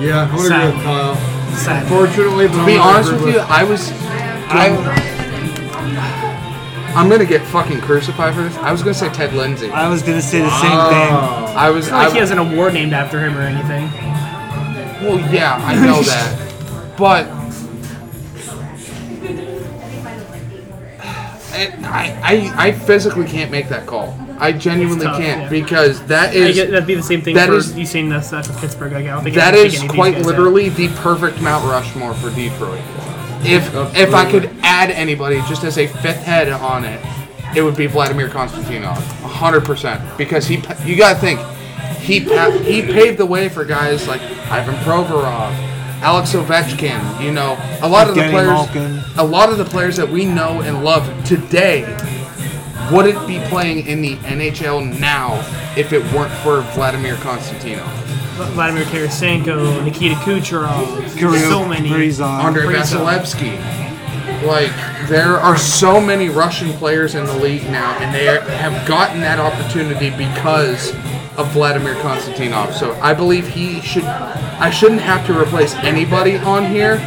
Speaker 1: Yeah, I'm gonna
Speaker 2: Sad.
Speaker 1: go with Kyle.
Speaker 2: Sad.
Speaker 1: Fortunately, but
Speaker 3: To be honest with you, I was. I, I'm gonna get fucking crucified for this. I was gonna say Ted Lindsay.
Speaker 5: I was gonna say the same
Speaker 3: I was.
Speaker 2: It's not like he
Speaker 3: I,
Speaker 2: has an award named after him or anything.
Speaker 3: well, yeah, I know that, but. I, I, I- I physically can't make that call. I genuinely
Speaker 2: tough,
Speaker 3: can't
Speaker 2: yeah.
Speaker 3: because that
Speaker 2: I
Speaker 3: is
Speaker 2: get, that'd be the same thing
Speaker 3: that
Speaker 2: for
Speaker 3: is-
Speaker 2: you saying this uh, for Pittsburgh. Like, I don't think I
Speaker 3: That
Speaker 2: would take
Speaker 3: is
Speaker 2: any of these
Speaker 3: quite
Speaker 2: guys out.
Speaker 3: literally the perfect Mount Rushmore for Detroit. If if I could add anybody just as a fifth head on it, it would be Vladimir Konstantinov, hundred percent. Because he, pa- you gotta think, he pa- he paved the way for guys like Ivan Provorov, Alex Ovechkin. You know, a lot of the
Speaker 5: Evgeny
Speaker 3: players,
Speaker 5: Malkin.
Speaker 3: a lot of the players that we know and love today wouldn't be playing in the NHL now if it weren't for Vladimir Konstantinov.
Speaker 2: Vladimir Tarasenko, Nikita Kucherov,
Speaker 5: thing.
Speaker 2: so many.
Speaker 5: Kaprizov.
Speaker 3: Andre
Speaker 2: Praise
Speaker 3: Vasilevsky. Like there are so many Russian players in the league now, and they are, have gotten that opportunity because of Vladimir Konstantinov. So I believe he should. I shouldn't have to replace anybody on here.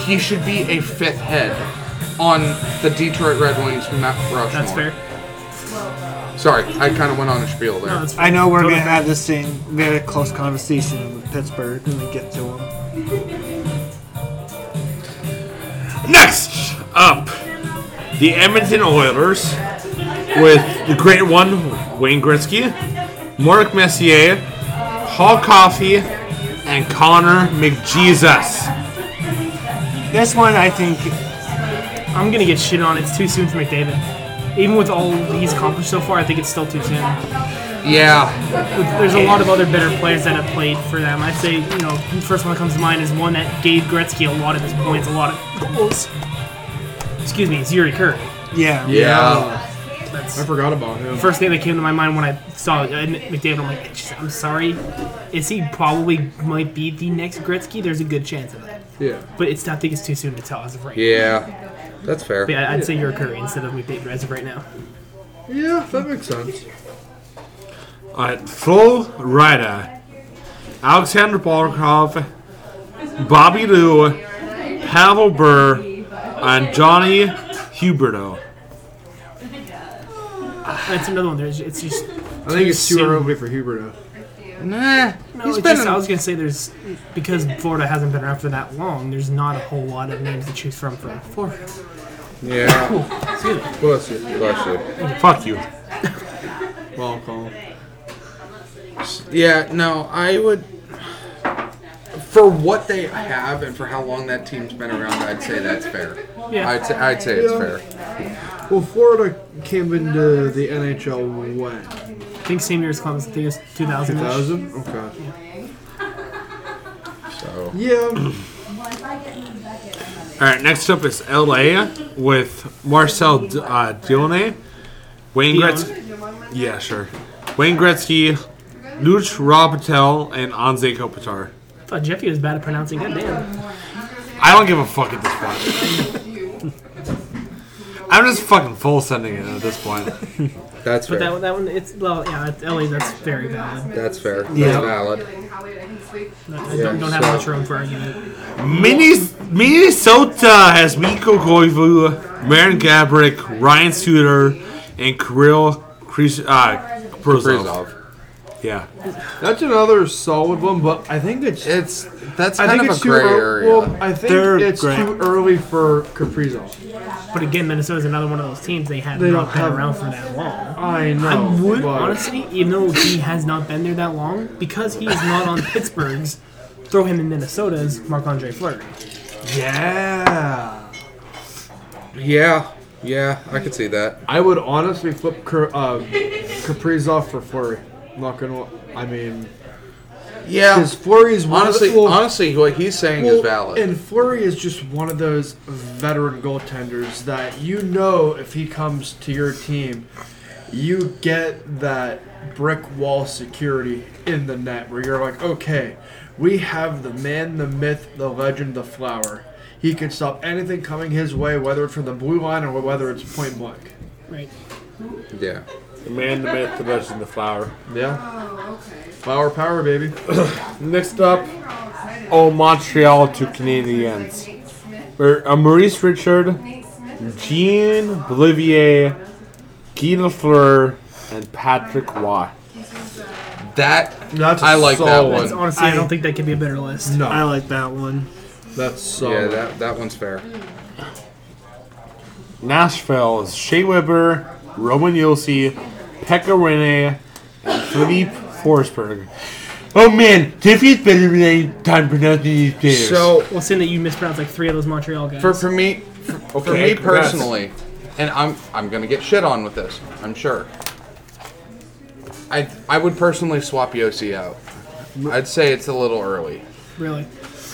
Speaker 3: He should be a fifth head on the Detroit Red Wings Mount Rushmore.
Speaker 2: That's fair.
Speaker 3: Sorry, I kind of went on a spiel there.
Speaker 2: No, that's fair.
Speaker 5: I know we're
Speaker 2: Totally
Speaker 5: gonna
Speaker 2: fair.
Speaker 5: have this same very close conversation with Pittsburgh when we get to them.
Speaker 4: Next up, the Edmonton Oilers with the great one, Wayne Gretzky, Mark Messier, Paul Coffey, and Connor McJesus.
Speaker 5: This one, I think,
Speaker 2: I'm gonna get shit on. It's too soon for McDavid. Even with all he's accomplished so far, I think it's still too soon.
Speaker 3: Yeah,
Speaker 2: There's a lot of other better players that have played for them. I'd say, you know, the first one that comes to mind is one that gave Gretzky a lot of his points, a lot of goals. Excuse me, it's Yuri Curry.
Speaker 5: yeah,
Speaker 3: yeah.
Speaker 1: I forgot about him.
Speaker 2: First name that came to my mind when I saw uh, McDavid, I'm like, "Jeez, I'm sorry. Is he probably might be the next Gretzky? There's a good chance of that.
Speaker 1: Yeah.
Speaker 2: But it's I think it's too soon to tell as of right
Speaker 3: Yeah, that's fair.
Speaker 2: now. But I- I'd say Yuri Curry instead of McDavid as of right now.
Speaker 1: Yeah, that makes sense.
Speaker 4: Alright, Flo Rida, Alexander Barkov, Bobby Lou, Pavel Burr, and Johnny Huberto.
Speaker 2: That's another one. There's, it's just.
Speaker 1: I think it's too
Speaker 2: soon.
Speaker 1: early for Huberto.
Speaker 3: Nah,
Speaker 2: No,
Speaker 3: he's
Speaker 2: Oh, it's
Speaker 3: been
Speaker 2: just,
Speaker 3: in-
Speaker 2: I was gonna say there's because Florida hasn't been around for that long. There's not a whole lot of names to choose from for Florida.
Speaker 3: yeah.
Speaker 2: Excuse me.
Speaker 1: Bless you.
Speaker 3: Bless you.
Speaker 4: Fuck you.
Speaker 1: Well, I'll call him.
Speaker 3: Yeah, no, I would. For what they have and for how long that team's been around, I'd say that's fair.
Speaker 2: Yeah.
Speaker 3: I'd, say, I'd say it's
Speaker 1: Yeah.
Speaker 3: fair.
Speaker 1: Well, Florida came into the NHL when?
Speaker 2: I think same year as Columbus. I think it's 2000.
Speaker 1: 2000? Okay.
Speaker 3: So
Speaker 1: Yeah.
Speaker 4: All right, next up is LA with Marcel D- uh, Dionne, Wayne
Speaker 2: Dion.
Speaker 4: Gretzky. Yeah, sure. Wayne Gretzky, Luch Robitaille, and Anze Kopitar.
Speaker 2: I thought Jeffy was bad at pronouncing. God damn.
Speaker 4: I don't give a fuck at this point. I'm just fucking full sending it at this point.
Speaker 3: that's
Speaker 2: But
Speaker 3: fair.
Speaker 2: that one, that one, it's well, yeah, it's LA. That's very valid.
Speaker 3: that's fair.
Speaker 5: Yeah.
Speaker 3: That's valid.
Speaker 2: I
Speaker 3: Yeah,
Speaker 2: don't, don't have
Speaker 3: so-
Speaker 2: much room for argument.
Speaker 4: Minnes- Minnesota has Miko Koivu, Marin Gabrick, Ryan Suter, and Kirill Kris- uh, Brozov.
Speaker 3: Kaprizov.
Speaker 4: Yeah.
Speaker 1: That's another solid one, but I think it's.
Speaker 3: It's that's
Speaker 1: I
Speaker 3: kind
Speaker 1: think
Speaker 3: of
Speaker 1: it's
Speaker 3: a
Speaker 1: too
Speaker 3: gray
Speaker 1: ear-
Speaker 3: area.
Speaker 1: Well, I think
Speaker 7: They're
Speaker 1: it's
Speaker 7: gray.
Speaker 1: too early for Kaprizov.
Speaker 2: But again, Minnesota's another one of those teams they have
Speaker 1: They
Speaker 2: not
Speaker 1: don't
Speaker 2: been
Speaker 1: have-
Speaker 2: around for that long.
Speaker 1: I know.
Speaker 2: I would
Speaker 1: but-
Speaker 2: honestly, even though he has not been there that long, because he is not on Pittsburgh's, throw him in Minnesota's Marc Andre Fleury.
Speaker 1: Yeah.
Speaker 3: yeah, yeah, I could see that.
Speaker 1: I would honestly flip Kr- uh, Kaprizov for Flurry. Not gonna. I mean,
Speaker 3: Yeah,
Speaker 1: because Flurry is one
Speaker 3: honestly,
Speaker 1: of the, well,
Speaker 3: honestly, what he's saying
Speaker 1: well,
Speaker 3: is valid.
Speaker 1: And Flurry is just one of those veteran goaltenders that you know if he comes to your team, you get that brick wall security in the net where you're like, okay, we have the man, the myth, the legend, the flower. He can stop anything coming his way, whether it's from the blue line or whether it's point blank.
Speaker 2: Right.
Speaker 3: yeah,
Speaker 4: The man, the myth, the legend, the flower.
Speaker 1: Yeah. Flower power, baby.
Speaker 4: Next up, oh Montreal to Canadiens. Where uh, Maurice Richard, Jean Bolivier, Guy Lafleur, and Patrick Waugh.
Speaker 3: that
Speaker 1: That's a
Speaker 3: I like that
Speaker 1: solid-
Speaker 3: one.
Speaker 2: That's honestly, I,
Speaker 5: I-
Speaker 2: don't think that could be a better list.
Speaker 1: No,
Speaker 5: I like that one.
Speaker 1: that's solid.
Speaker 3: Yeah, that that one's fair.
Speaker 4: Nashville is Shea Weber, Roman Yossi, Pekka Rinne, and Philippe Forsberg. Oh man, Tiffy's better than any time pronouncing these players.
Speaker 3: So
Speaker 2: Well, seeing that you mispronounced like three of those Montreal guys.
Speaker 3: Oh. for for me, for, for
Speaker 4: Okay,
Speaker 3: me
Speaker 4: congrats.
Speaker 3: personally, and I'm I'm gonna get shit on with this. I'm sure. I I would personally swap Yossi out. I'd say it's a little early.
Speaker 2: really.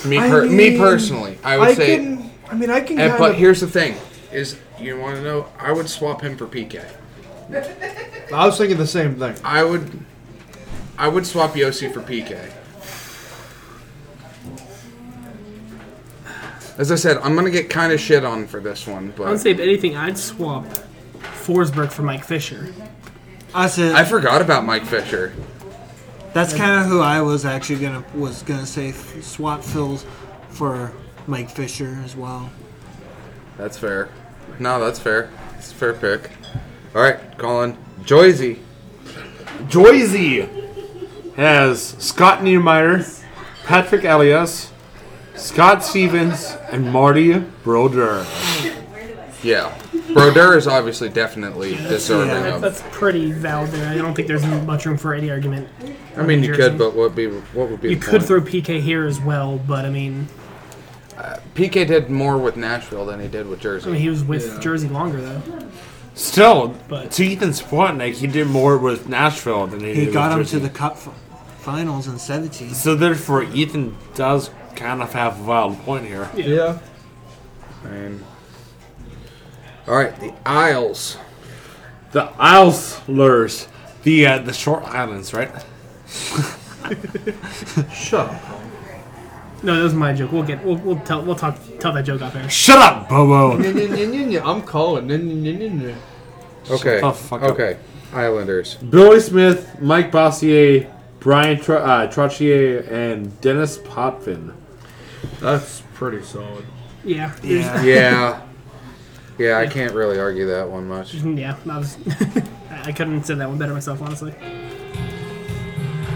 Speaker 3: Me
Speaker 1: I
Speaker 3: per, me
Speaker 1: mean,
Speaker 3: personally, I would
Speaker 1: I
Speaker 3: say.
Speaker 1: can. I mean, I can.
Speaker 3: and,
Speaker 1: kind
Speaker 3: but
Speaker 1: of,
Speaker 3: here's the thing: is you want to know? I would swap him for PK.
Speaker 1: I was thinking the same thing.
Speaker 3: I would, I would swap Yossi for PK. As I said, I'm gonna get kind of shit on for this one,
Speaker 2: I would
Speaker 3: but
Speaker 2: say if anything, I'd swap Forsberg for Mike Fisher.
Speaker 5: I said
Speaker 3: I forgot about Mike Fisher.
Speaker 5: that's kind of who I was actually gonna was gonna say f- swap fills for Mike Fisher as well.
Speaker 3: That's fair. No, that's fair. It's a fair pick. All right, Colin Joyzy.
Speaker 4: Joyzy has Scott Niemeyer, Patrick Elias, Scott Stevens, and Marty Broder.
Speaker 3: Yeah, Brodeur is obviously definitely deserving
Speaker 2: That,
Speaker 3: of.
Speaker 2: that's pretty valid there. I don't think there's much room for any argument.
Speaker 3: I mean, you could, but what be what would be?
Speaker 2: You
Speaker 3: the
Speaker 2: could
Speaker 3: point?
Speaker 2: throw PK here as well, but I mean,
Speaker 3: PK did more with Nashville than he did with
Speaker 2: I mean
Speaker 3: Jersey.
Speaker 2: he was with Jersey longer though.
Speaker 4: Still,
Speaker 2: But-
Speaker 4: to Ethan's point, like he did more with Nashville than he,
Speaker 5: He
Speaker 4: did
Speaker 5: got
Speaker 4: with
Speaker 5: him
Speaker 4: Jersey.
Speaker 5: to the Cup f- Finals in '17.
Speaker 4: So therefore, Ethan does kind of have a valid point here.
Speaker 1: Yeah.
Speaker 3: All right, the Isles.
Speaker 4: The Islers, the uh, the Short Islands, right?
Speaker 1: Shut up.
Speaker 2: No, that was my joke. We'll get we'll, we'll tell we'll talk tell that joke off air.
Speaker 4: Shut up, Bobo.
Speaker 1: I'm calling.
Speaker 3: Okay.
Speaker 4: the fuck up.
Speaker 3: okay. Islanders.
Speaker 4: Billy Smith, Mike Bossier, Brian Tr- uh, Trottier, and Dennis Potvin.
Speaker 1: That's pretty solid.
Speaker 2: Yeah, there's-
Speaker 5: Yeah.
Speaker 3: Yeah. Yeah, I can't really argue that one much.
Speaker 2: mm, yeah. I was I couldn't have said that one better myself, honestly.
Speaker 4: All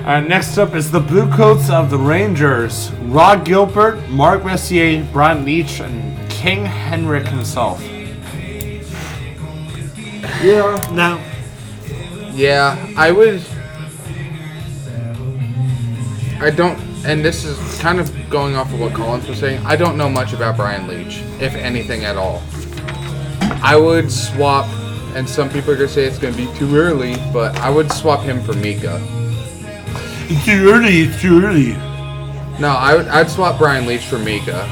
Speaker 4: right, Uh, next up is the Blue Coats of the Rangers. Rod Gilbert, Mark Messier, Brian Leach, and King Henrik himself.
Speaker 1: Yeah.
Speaker 5: Now
Speaker 3: Yeah, I would. I don't. And this is kind of going off of what Collins was saying. I don't know much about Brian Leach, if anything at all. I would swap, and some people are going to say it's going to be too early, but I would swap him for Mika.
Speaker 4: It's too early, it's too early.
Speaker 3: No, I would, I'd swap Brian Leach for Mika.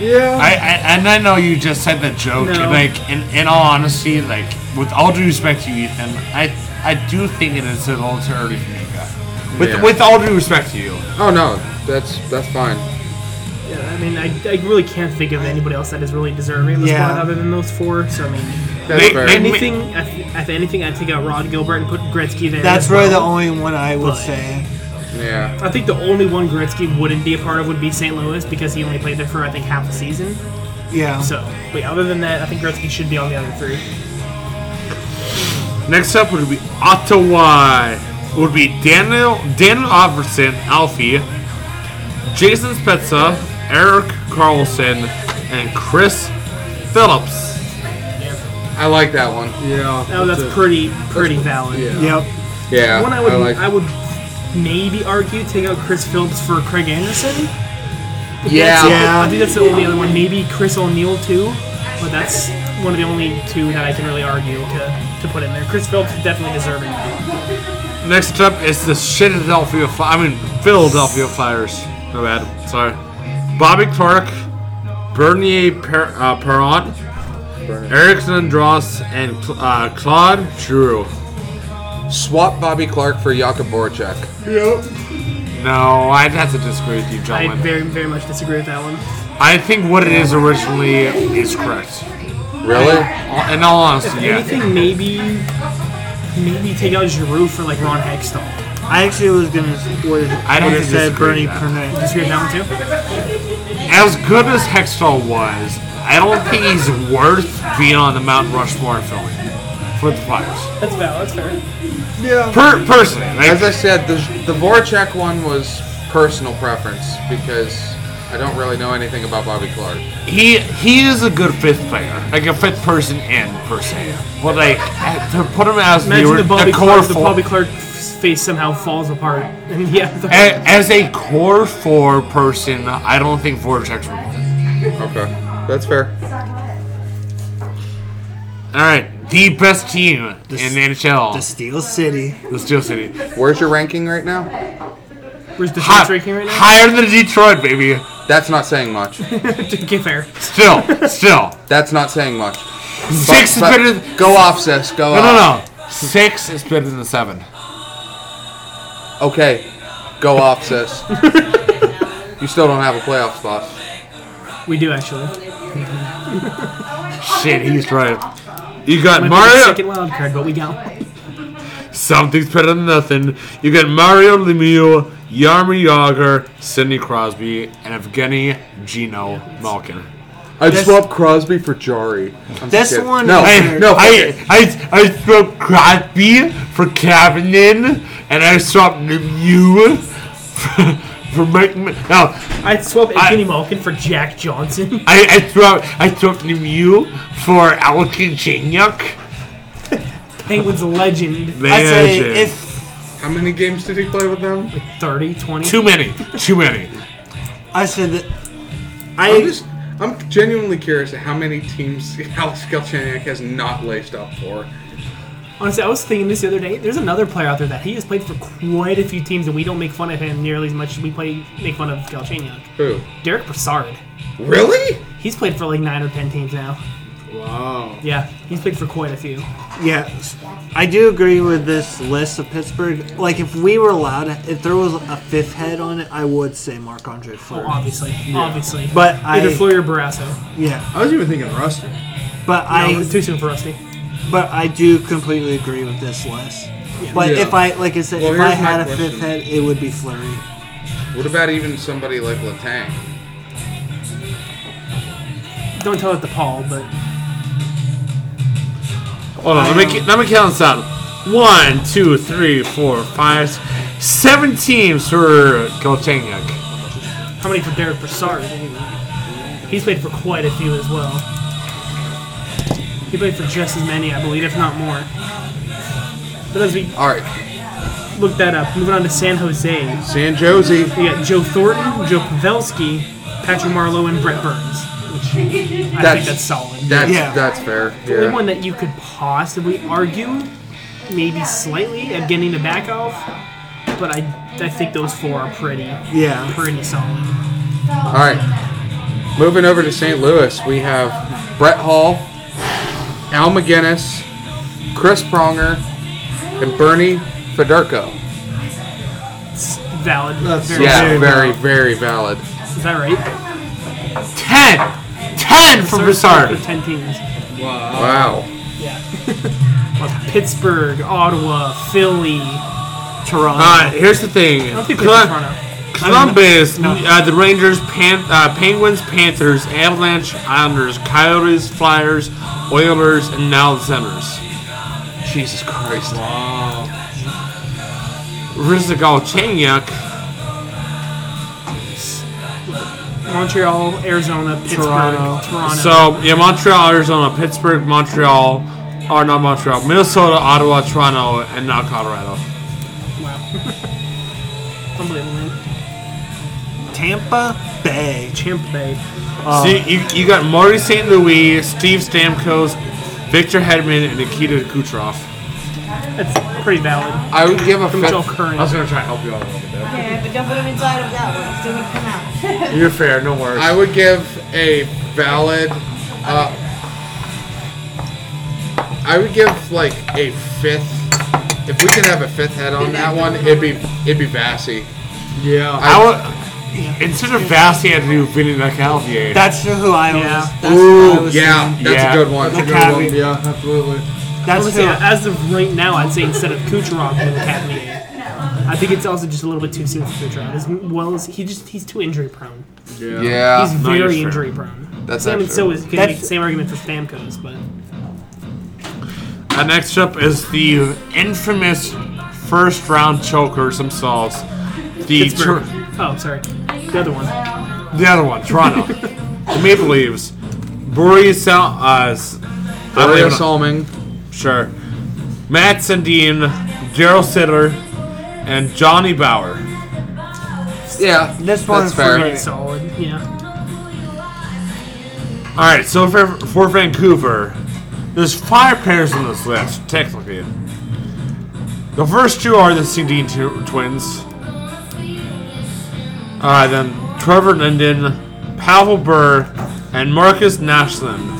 Speaker 1: Yeah.
Speaker 4: I, I and I know you just said the joke.
Speaker 2: No.
Speaker 4: and, Like in, in all honesty, like with all due respect to you, Ethan, I I do think it is a little too early for Mika. With
Speaker 3: Yeah.
Speaker 4: with all due respect to you,
Speaker 3: Oh no, that's that's fine.
Speaker 2: Yeah, I mean I, I really can't think of anybody else that is really deserving of the
Speaker 5: Yeah.
Speaker 2: spot other than those four. So I mean,
Speaker 3: That's
Speaker 4: They-
Speaker 3: fair.
Speaker 4: they-
Speaker 2: anything if, if anything, I'd take out Rod Gilbert and put Gretzky there.
Speaker 5: that's
Speaker 2: as
Speaker 5: really the
Speaker 2: well.
Speaker 5: only one I would
Speaker 2: But-
Speaker 5: say.
Speaker 3: yeah.
Speaker 2: I think the only one Gretzky wouldn't be a part of would be St. Louis because he only played there for I think half the season.
Speaker 5: Yeah.
Speaker 2: So, but other than that, I think Gretzky should be on the other three.
Speaker 4: Next up would be Ottawa. Would be Daniel Daniel Alverson, Alfie, Jason Spezza, Eric Carlson, and Chris Phillips.
Speaker 3: I like that one.
Speaker 1: Yeah.
Speaker 2: Oh, that's
Speaker 1: it.
Speaker 2: pretty pretty valid.
Speaker 1: Yeah.
Speaker 5: Yep.
Speaker 3: Yeah,
Speaker 2: One I would
Speaker 3: I like.
Speaker 2: I would maybe argue take out Chris Phillips for Craig Anderson.
Speaker 3: yeah,
Speaker 5: Yeah.
Speaker 2: I think that's the only other one. Maybe Chris O'Neill too, but that's one of the only two that I can really argue to, to put in there. Chris Phillips is definitely deserving.
Speaker 3: Oh,
Speaker 4: Next up is the Philadelphia. Fi- I mean Philadelphia Flyers. No bad. Sorry. Bobby Clark, Bernier per- uh, Perrant, Erickson Dross, and Cl- uh, Claude Giroux.
Speaker 3: swap Bobby Clark for Jakub Voracek.
Speaker 4: No, I'd have to disagree with you,
Speaker 2: I
Speaker 4: gentlemen.
Speaker 2: very very much disagree with that one.
Speaker 4: I think what it is originally is correct. Uh,
Speaker 3: Really?
Speaker 4: In all honesty, yeah.
Speaker 2: Anything maybe maybe take out Giroux for like Ron Hextall.
Speaker 5: I actually was gonna. Was,
Speaker 4: I don't
Speaker 5: was
Speaker 4: disagree
Speaker 5: said Bernie
Speaker 4: with that.
Speaker 5: Pernet.
Speaker 2: Disagree with that one too.
Speaker 4: As good as Hextall was, I don't think he's worth being on the Mount Rushmore in Philly for the Flyers.
Speaker 2: That's valid. That's fair.
Speaker 4: Per- personally,
Speaker 3: As
Speaker 4: like,
Speaker 3: I said, the the Voracek one was personal preference because I don't really know anything about Bobby Clark.
Speaker 4: he he is a good fifth player, like a fifth person in per se. But like to put him as the,
Speaker 2: Imagine
Speaker 4: or-
Speaker 2: the Bobby
Speaker 4: the core
Speaker 2: Clark, the
Speaker 4: four,
Speaker 2: Bobby Clark face somehow falls apart, and yeah, the-
Speaker 4: a- as a core four person, I don't think Voracek's worth it.
Speaker 3: Okay, that's fair.
Speaker 4: All right, the best team in the
Speaker 5: The
Speaker 4: NHL,
Speaker 5: Steel City.
Speaker 4: the Steel City.
Speaker 3: Where's your ranking right now?
Speaker 2: where's the
Speaker 4: Hi-
Speaker 2: Hot. drinking right now?
Speaker 4: higher than Detroit, baby.
Speaker 3: That's not saying much.
Speaker 2: okay, fair.
Speaker 4: Still, still,
Speaker 3: That's not saying much. But-
Speaker 4: six is
Speaker 3: but-
Speaker 4: better. Than,
Speaker 3: Go off, sis. Go
Speaker 4: no,
Speaker 3: off.
Speaker 4: no, no. Six is better than seven.
Speaker 3: no. Okay, go off, sis. you still don't have a playoff spot.
Speaker 2: We do actually.
Speaker 4: Shit, he's right. You got
Speaker 2: Might be the
Speaker 4: Mario.
Speaker 2: second wild card, but we got.
Speaker 4: Something's better than nothing. You got Mario Lemieux, Yarmy Yager, Sidney Crosby, and Evgeny Gino Malkin.
Speaker 3: I'd swap Crosby for Jari. I'm just
Speaker 5: This
Speaker 3: kidding.
Speaker 5: one
Speaker 3: No,
Speaker 4: I,
Speaker 3: no.
Speaker 4: I, I, I swapped Crosby for Kapanen, and I swapped Lemieux for, for Mike. Ma- No,
Speaker 2: I'd swap
Speaker 4: I-
Speaker 2: Evgeny Malkin for Jack Johnson.
Speaker 4: I, I swapped I swapped Lemieux for Alkin Chignac.
Speaker 2: Penguins legend.
Speaker 5: I'd say if
Speaker 3: How many games did he play with them?
Speaker 2: 30, 20.
Speaker 4: too many, too many.
Speaker 5: I said that.
Speaker 3: I'm
Speaker 5: I
Speaker 3: just, I'm genuinely curious at how many teams Alex Galchenyuk has not laced up for.
Speaker 2: Honestly, I was thinking this the other day. There's another player out there that he has played for quite a few teams, and we don't make fun of him nearly as much as we play make fun of Galchenyuk.
Speaker 3: Who?
Speaker 2: Derek Brassard.
Speaker 3: Really?
Speaker 2: He's played for like nine or ten teams now.
Speaker 1: Wow.
Speaker 2: Yeah, he's played for quite a few.
Speaker 5: yeah, I do agree with this list of Pittsburgh. Like if we were allowed, if there was a fifth head on it, I would say Marc Andre Fleury.
Speaker 2: Well, obviously, obviously.
Speaker 5: But
Speaker 2: either
Speaker 5: I-
Speaker 2: Fleury or Barrasso.
Speaker 5: yeah,
Speaker 1: I was even thinking Rusty.
Speaker 5: but
Speaker 2: No,
Speaker 5: I
Speaker 2: it's too soon for Rusty.
Speaker 5: But I do completely agree with this list. But
Speaker 3: Yeah.
Speaker 5: if I, like I said,
Speaker 3: Well,
Speaker 5: if I
Speaker 3: here's my
Speaker 5: had a
Speaker 3: question.
Speaker 5: fifth head, it would be Flurry.
Speaker 3: What about even somebody like Latang?
Speaker 2: Don't tell it to Paul, but
Speaker 4: Hold on, let me ca- let me count this out. One, two, three, four, five, s- seven teams for
Speaker 2: Um,
Speaker 4: Galchenyuk.
Speaker 2: how many for Derek Brassard? He's played for quite a few as well. He played for just as many, I believe, if not more. But as we
Speaker 3: All right,
Speaker 2: look that up, moving on to San Jose,
Speaker 3: San Jose.
Speaker 2: We got Joe Thornton, Joe Pavelski, Patrick Marlowe, and Brett Burns. Which I think
Speaker 3: That's-
Speaker 2: that's solid.
Speaker 3: That's
Speaker 5: Yeah.
Speaker 3: that's fair.
Speaker 2: the only
Speaker 3: Yeah.
Speaker 2: one that you could possibly argue, maybe slightly, at getting the back off, but I, I think those four are pretty
Speaker 5: Yeah.
Speaker 2: pretty solid.
Speaker 3: All right. Moving over to St. Louis, we have Brett Hall, Al McGinnis, Chris Pronger, and Bernie Federko.
Speaker 2: It's valid.
Speaker 1: That's-
Speaker 2: Very-
Speaker 3: Yeah, very very valid.
Speaker 2: Is that right?
Speaker 4: Ten! Ten for
Speaker 2: Sorry,
Speaker 4: Broussard!
Speaker 2: For ten teams.
Speaker 3: Wow.
Speaker 2: Yeah. Well, Pittsburgh, Ottawa, Philly.
Speaker 5: Toronto.
Speaker 4: Uh, here's the thing.
Speaker 2: I don't think we have
Speaker 4: Cla-
Speaker 2: Toronto.
Speaker 4: Columbus, uh, the Rangers, Pan- uh, Penguins, Panthers, Avalanche, Islanders, Coyotes, Flyers, Oilers, and now the Senators. Jesus Christ. Rizikal Changyuk.
Speaker 2: Montreal, Arizona, Pittsburgh, Toronto.
Speaker 5: Toronto.
Speaker 4: So, yeah, Montreal, Arizona, Pittsburgh, Montreal, or not Montreal, Minnesota, Ottawa, Toronto, and now Colorado.
Speaker 2: Unbelievable.
Speaker 5: Tampa Bay.
Speaker 2: Champ Bay.
Speaker 4: So you, you, you got Marty St. Louis, Steve Stamkos, Victor Hedman, and Nikita Kucherov.
Speaker 2: That's pretty valid.
Speaker 3: I would give a
Speaker 2: From
Speaker 3: fifth.
Speaker 2: Joe Curran.
Speaker 3: I was gonna try and help you out a little bit there.
Speaker 8: Okay, I have to dump them inside of that one. Still gonna come out.
Speaker 4: You're fair, no worries.
Speaker 3: I would give a valid. Uh, I would give like a fifth. If we could have a fifth head on that one, it'd be it'd be Vassy.
Speaker 1: Yeah.
Speaker 4: I would. Instead of Vassy, I'd do Vinny LeCavalier.
Speaker 5: That's who I was.
Speaker 2: Yeah.
Speaker 5: That's who I
Speaker 3: Ooh,
Speaker 5: was
Speaker 3: yeah,
Speaker 5: thinking.
Speaker 3: that's
Speaker 4: Yeah.
Speaker 3: a good one.
Speaker 1: That's a good one. Yeah, absolutely.
Speaker 5: That's
Speaker 2: I
Speaker 5: who.
Speaker 2: would say, as of right now, I'd say instead of Kucherov, it would have me. I think it's also just a little bit too soon for Kucherov. As well as he just he's too injury prone.
Speaker 1: Yeah.
Speaker 3: Yeah,
Speaker 2: He's
Speaker 4: no, you're
Speaker 2: very
Speaker 4: fair.
Speaker 2: injury prone.
Speaker 3: That's
Speaker 2: Same,
Speaker 3: actually-
Speaker 2: so is could make
Speaker 5: That's-
Speaker 2: the same argument for Stamkos, but
Speaker 4: Uh, next up is the infamous first round chokers themselves. The
Speaker 2: Pittsburgh.
Speaker 4: Tor-
Speaker 2: Oh, sorry, the other one.
Speaker 4: the other one, Toronto, the Maple Leaves, Boris Sal- uh, s- I don't
Speaker 3: Ilya
Speaker 4: even-
Speaker 3: Salming.
Speaker 4: sure, Matt Sandin, Gerald Sitter, and Johnny Bauer.
Speaker 3: Yeah,
Speaker 5: This one's
Speaker 3: that's fair.
Speaker 5: for me.
Speaker 2: It's solid. Yeah,
Speaker 4: All right, so for, for Vancouver, there's five pairs on this list technically. The first two are the Sandin tw- twins. Uh, then Trevor Linden, Pavel Burr, and Marcus Nashland.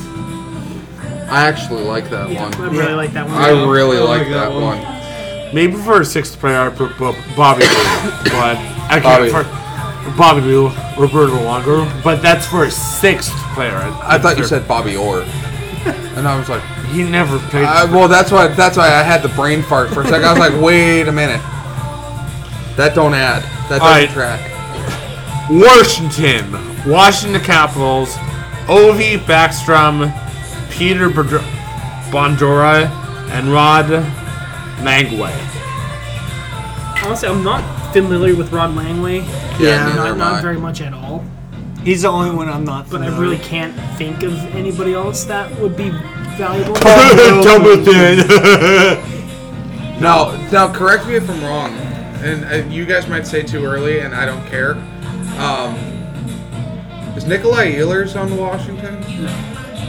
Speaker 3: I actually like that
Speaker 2: I
Speaker 3: one.
Speaker 2: really like that one.
Speaker 3: I really
Speaker 1: I like
Speaker 3: like
Speaker 1: that
Speaker 3: that
Speaker 1: one.
Speaker 3: one.
Speaker 4: Maybe for a sixth player, I put Bob- Bobby Lou, but I
Speaker 3: Bobby.
Speaker 4: can't for Bobby Lou, Roberto Longo, but that's for a sixth player.
Speaker 3: I thought you said Bobby Orr, and I was like,
Speaker 4: he never played.
Speaker 3: I, well, that's why that's why I had the brain fart for a second. I was like, wait a minute, that don't add. That doesn't
Speaker 4: Alright.
Speaker 3: track.
Speaker 4: Washington, Washington Capitals, Ovi Backstrom, Peter Bond- Bondora, and Rod Langway.
Speaker 2: Honestly, I'm not familiar with Rod Langley.
Speaker 3: Yeah, neither
Speaker 2: not,
Speaker 3: am
Speaker 2: not
Speaker 3: I.
Speaker 2: very much at all.
Speaker 5: He's the only one I'm not.
Speaker 2: But I
Speaker 5: familiar
Speaker 2: really can't think of anybody else that would be valuable.
Speaker 4: Templeton.
Speaker 3: No, now correct me if I'm wrong, and uh, you guys might say too early, and I don't care. Um, is Nikolai Ehlers on Washington? No,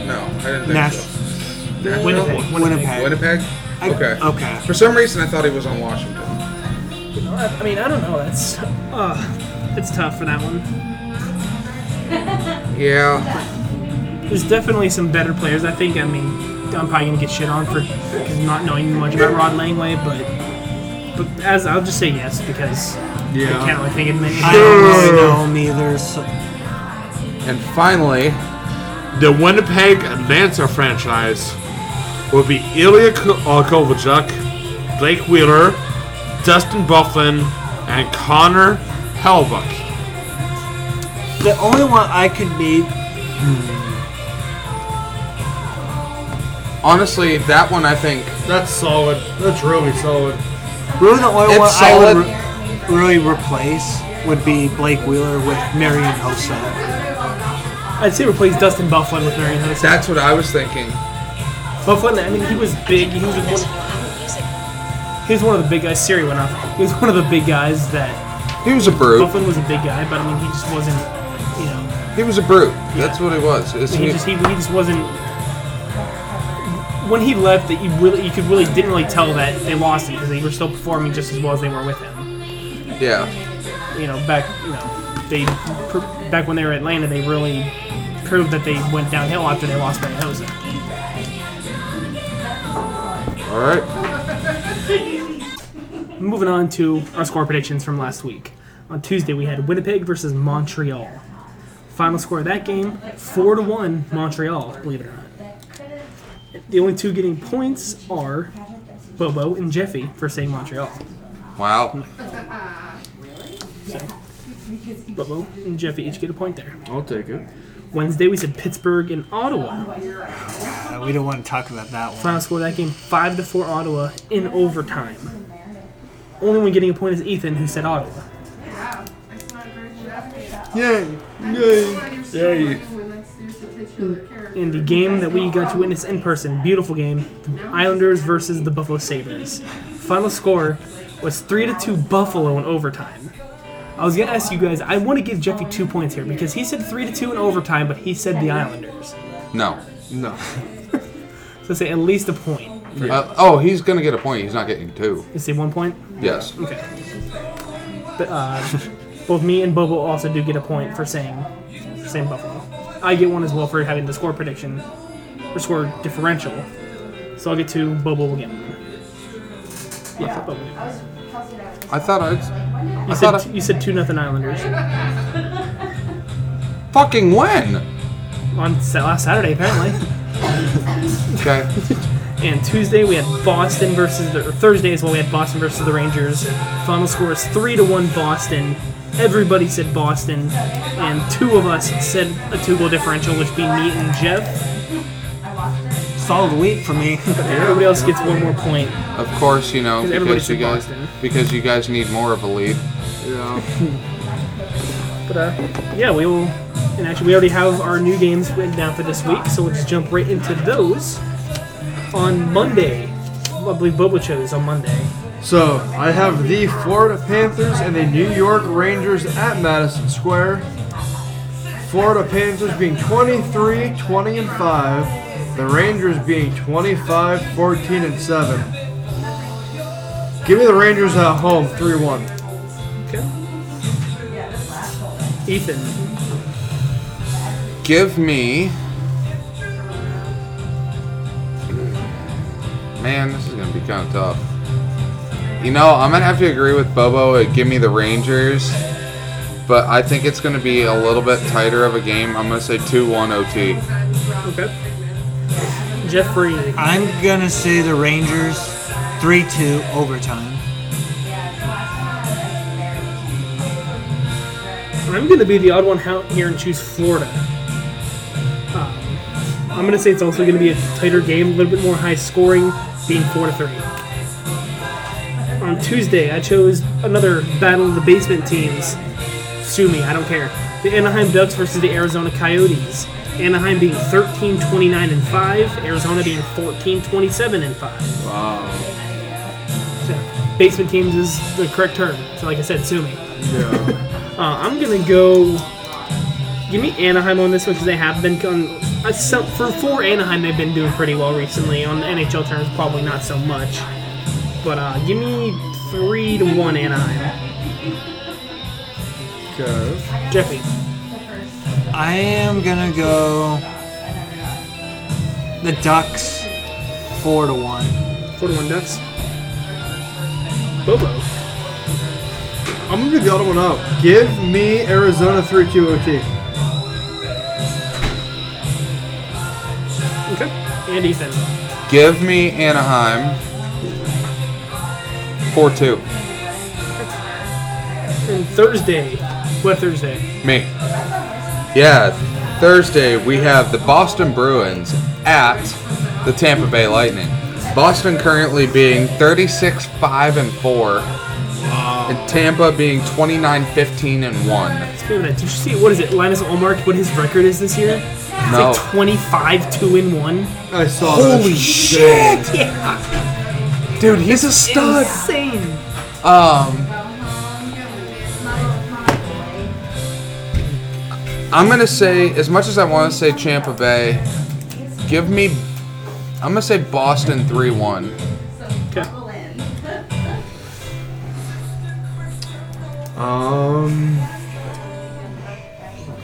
Speaker 3: no, I didn't think
Speaker 5: Nash-
Speaker 3: so.
Speaker 2: Winnipeg.
Speaker 3: Nashville?
Speaker 5: with. Winnipeg.
Speaker 3: Winnipeg.
Speaker 5: I- uh,
Speaker 3: Okay.
Speaker 5: Okay.
Speaker 3: For some reason, I thought he was on Washington.
Speaker 2: I I mean, I don't know. That's uh, it's tough for that one.
Speaker 3: Yeah.
Speaker 2: There's definitely some better players. I think. I mean, I'm probably gonna get shit on for 'cause not knowing much about Rod Langway, but but as I'll just say yes because I can't really think of many.
Speaker 5: I don't really know him either. So
Speaker 3: And finally,
Speaker 4: the Winnipeg Lancer franchise will be Ilya Ko- uh, Kovalchuk, Blake Wheeler, Dustin Bufflin, and Connor Hellebuck.
Speaker 5: the only one I could be
Speaker 3: honestly, that one I think
Speaker 1: That's solid. That's really solid.
Speaker 5: Really, the only
Speaker 3: It's
Speaker 5: one
Speaker 3: solid.
Speaker 5: I would re- really replace would be Blake Wheeler with Marion Hossa.
Speaker 2: I'd say replace Dustin Bufflin with Marion Hossa.
Speaker 3: that's what I was thinking.
Speaker 2: Bufflin, I mean, he was big. He was one, he was one of the big guys. Siri went off. He was one of the big guys that
Speaker 3: He was a brute.
Speaker 2: Bufflin was a big guy, but I mean, he just wasn't. You know,
Speaker 3: He was a brute. That's what he was. Is
Speaker 2: he
Speaker 3: he-
Speaker 2: just he, he just wasn't when he left that you really you could really didn't really tell that they lost him because they were still performing just as well as they were with him
Speaker 3: yeah.
Speaker 2: you know back you know they pr- back when they were at Atlanta they really proved that they went downhill after they lost Manhosa.
Speaker 3: All right.
Speaker 2: Moving on to our score predictions from last week. On Tuesday we had Winnipeg versus Montreal. Final score of that game, four to one Montreal, believe it or not. The only two getting points are Bobo and Jeffy for saying Montreal.
Speaker 3: Wow.
Speaker 2: Bobo and Jeffy each get a point there.
Speaker 1: I'll take it.
Speaker 2: Wednesday we said Pittsburgh and Ottawa.
Speaker 5: Uh, we don't want to talk about that one.
Speaker 2: Final score of that game five to four Ottawa in overtime. Only one getting a point is Ethan, who said Ottawa.
Speaker 1: Yay! Yay!
Speaker 9: Yay.
Speaker 2: In the game that we got to witness in person, beautiful game, the Islanders versus the Buffalo Sabres. Final score was three to two Buffalo in overtime. I was gonna ask you guys. I want to give Jeffy two points here because he said three to two in overtime, but he said the Islanders.
Speaker 3: No.
Speaker 1: No.
Speaker 2: So say at least a point.
Speaker 3: Uh, oh, he's gonna get a point. He's not getting two.
Speaker 2: You say one point.
Speaker 3: Yes.
Speaker 2: Okay. But, uh, both me and Bobo also do get a point for saying for saying Buffalo. I get one as well for having the score prediction or score differential. So I'll get two. Bobo will get one. Yeah, Bobo. will get one.
Speaker 3: I thought I'd.
Speaker 2: You
Speaker 3: thought
Speaker 2: said
Speaker 3: I-
Speaker 2: you said two nothing Islanders
Speaker 3: Fucking when?
Speaker 2: on sa- last Saturday apparently.
Speaker 3: Okay.
Speaker 2: And Tuesday we had Boston versus the or Thursday as well. We had Boston versus the Rangers. Final score is three to one Boston. Everybody said Boston, and two of us said a two goal differential, which being me and Jeff.
Speaker 5: Solid week for me.
Speaker 2: Everybody else gets one more point.
Speaker 3: Of course, you know
Speaker 2: 'Cause everybody
Speaker 3: because you
Speaker 2: said
Speaker 3: guys
Speaker 2: Boston.
Speaker 3: because you guys need more of a lead.
Speaker 2: But uh, yeah, we will. And actually, we already have our new games written down for this week, so let's jump right into those. On Monday, I believe Bobo chose on Monday.
Speaker 1: So I have the Florida Panthers and the New York Rangers at Madison Square. Florida Panthers being 23, 20 and 5. The Rangers being 25, 14 and 7. Give me the Rangers at home 3 1.
Speaker 2: Okay. Ethan,
Speaker 3: Give me. Man, this is gonna be kind of tough. You know, I'm gonna have to agree with Bobo. At give me the Rangers, but I think it's gonna be a little bit tighter of a game. I'm gonna say two-one OT.
Speaker 2: okay. Jeffrey,
Speaker 5: I'm gonna say the Rangers, three-two overtime.
Speaker 2: I'm going to be the odd one out here and choose Florida. Um, I'm going to say it's also going to be a tighter game, a little bit more high scoring, being 4 to 3. On Tuesday, I chose another battle of the basement teams. Sue me, I don't care. The Anaheim Ducks versus the Arizona Coyotes. Anaheim being 13 29 and 5, Arizona being 14 27 and 5. Wow. So, basement teams is the correct term. So, like I said, sue me. Uh, I'm gonna go. Give me Anaheim on this one because they have been on. Uh, some, for for Anaheim, they've been doing pretty well recently. On NHL terms, probably not so much. But uh, give me three to one Anaheim.
Speaker 1: Okay.
Speaker 2: Jeffy,
Speaker 5: I am gonna go the Ducks, four to one.
Speaker 2: four to one Ducks. Bobo,
Speaker 1: I'm gonna give the other one up. Give me Arizona 3 2 OT.
Speaker 2: okay, and Ethan.
Speaker 3: Give me Anaheim. Four-two.
Speaker 2: And Thursday, what Thursday?
Speaker 3: Me. Yeah, Thursday we have the Boston Bruins at the Tampa Bay Lightning. Boston currently being 36 5 and 4, and Tampa being 29 15 and 1.
Speaker 2: Speaking of that, did you see what is it? Linus Olmark, what his record is this year? It's
Speaker 3: No.
Speaker 2: like twenty-five two and one.
Speaker 1: I saw Holy that.
Speaker 3: shit! Dude, he's a stud!
Speaker 2: Insane.
Speaker 3: Um, I'm gonna say, as much as I want to say Champa Bay, give me. I'm gonna say Boston 3 1.
Speaker 2: Okay.
Speaker 1: Um,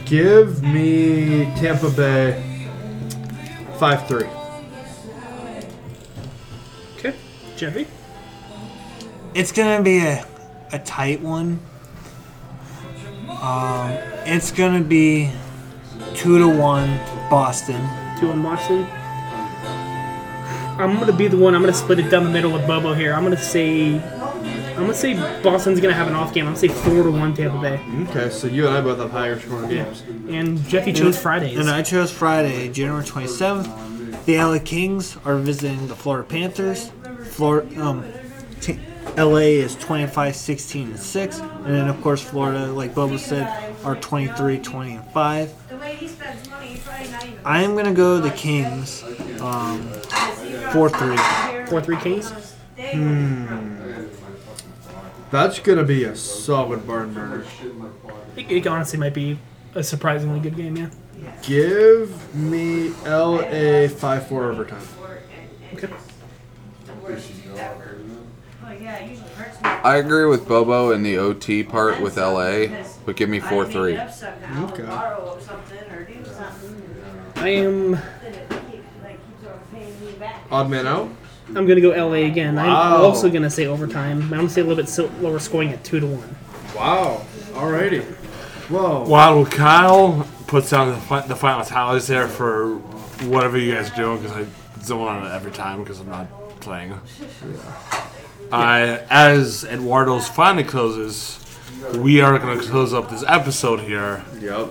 Speaker 1: give me Tampa Bay 5 3.
Speaker 2: Okay, Jeffy.
Speaker 5: It's gonna be a, a tight one. Um, it's gonna be two to one Boston.
Speaker 2: Two on Boston. I'm gonna be the one. I'm gonna split it down the middle with Bobo here. I'm gonna say I'm gonna say Boston's gonna have an off game. I'm gonna say four to one Tampa Bay.
Speaker 10: Okay, so you and I both have higher scoring games.
Speaker 2: And Jeffy chose Fridays.
Speaker 5: And I chose Friday, January 27th. The LA Kings are visiting the Florida Panthers. Florida, um, t- LA is 25 16 and 6. And then, of course, Florida, like Bobo said, are 23 20 and 5.
Speaker 8: The way he spends money, he's probably not even.
Speaker 5: I am going to go the Kings um, 4 3.
Speaker 2: Four three Kings.
Speaker 10: That's gonna be a solid barn burner.
Speaker 2: It, it honestly might be a surprisingly good game. Yeah.
Speaker 10: Give me LA five four overtime.
Speaker 2: Okay.
Speaker 8: Well, yeah, it usually hurts me.
Speaker 3: I agree with Bobo in the OT part with LA, but give me
Speaker 8: I
Speaker 3: four
Speaker 8: may
Speaker 3: three.
Speaker 8: Need up somehow,
Speaker 10: Okay.
Speaker 8: or borrow something or do something.
Speaker 2: I am.
Speaker 8: Then it keep, like, keeps on paying me back.
Speaker 10: Odd man out.
Speaker 2: I'm gonna go LA again.
Speaker 10: Wow.
Speaker 2: I'm also gonna say overtime. but I'm gonna say a little bit so- lower scoring at two to one.
Speaker 10: Wow. Alrighty. Whoa.
Speaker 4: While Kyle puts down the, fi- the final tallies there for whatever you guys are doing, because I zone on it every time because I'm not playing. I, as Eduardo's finally closes, we are going to close up this episode here.
Speaker 10: Yep.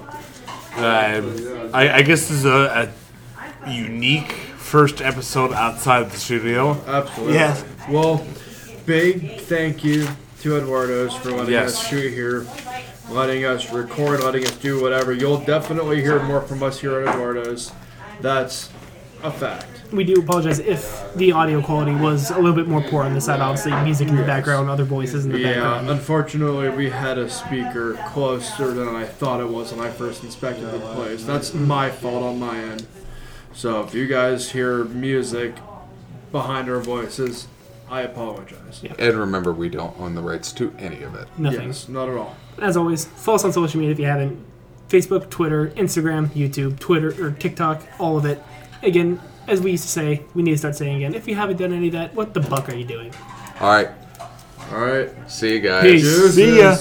Speaker 4: Uh, I, I guess this is a, a unique first episode outside of the studio.
Speaker 10: Absolutely.
Speaker 5: Yes.
Speaker 10: Well, big thank you to Eduardo's for letting
Speaker 4: Yes.
Speaker 10: us shoot here, letting us record, letting us do whatever. You'll definitely hear more from us here at Eduardo's. That's a fact.
Speaker 2: We do apologize if the audio quality was a little bit more poor on this side. Obviously, music in the background, other voices in the
Speaker 10: Yeah,
Speaker 2: background.
Speaker 10: unfortunately, we had a speaker closer than I thought it was when I first inspected the place. That's my fault on my end. So if you guys hear music behind our voices, I apologize.
Speaker 3: And remember, we don't own the rights to any of it.
Speaker 2: Nothing.
Speaker 10: Yes, not at all.
Speaker 2: As always, follow us on social media if you haven't. Facebook, Twitter, Instagram, YouTube, Twitter, or TikTok, all of it. Again, as we used to say, we need to start saying again, if you haven't done any of that, what the buck are you doing?
Speaker 3: All right,
Speaker 10: All right.
Speaker 3: see you guys.
Speaker 2: Peace.
Speaker 10: Deuces.
Speaker 5: See ya.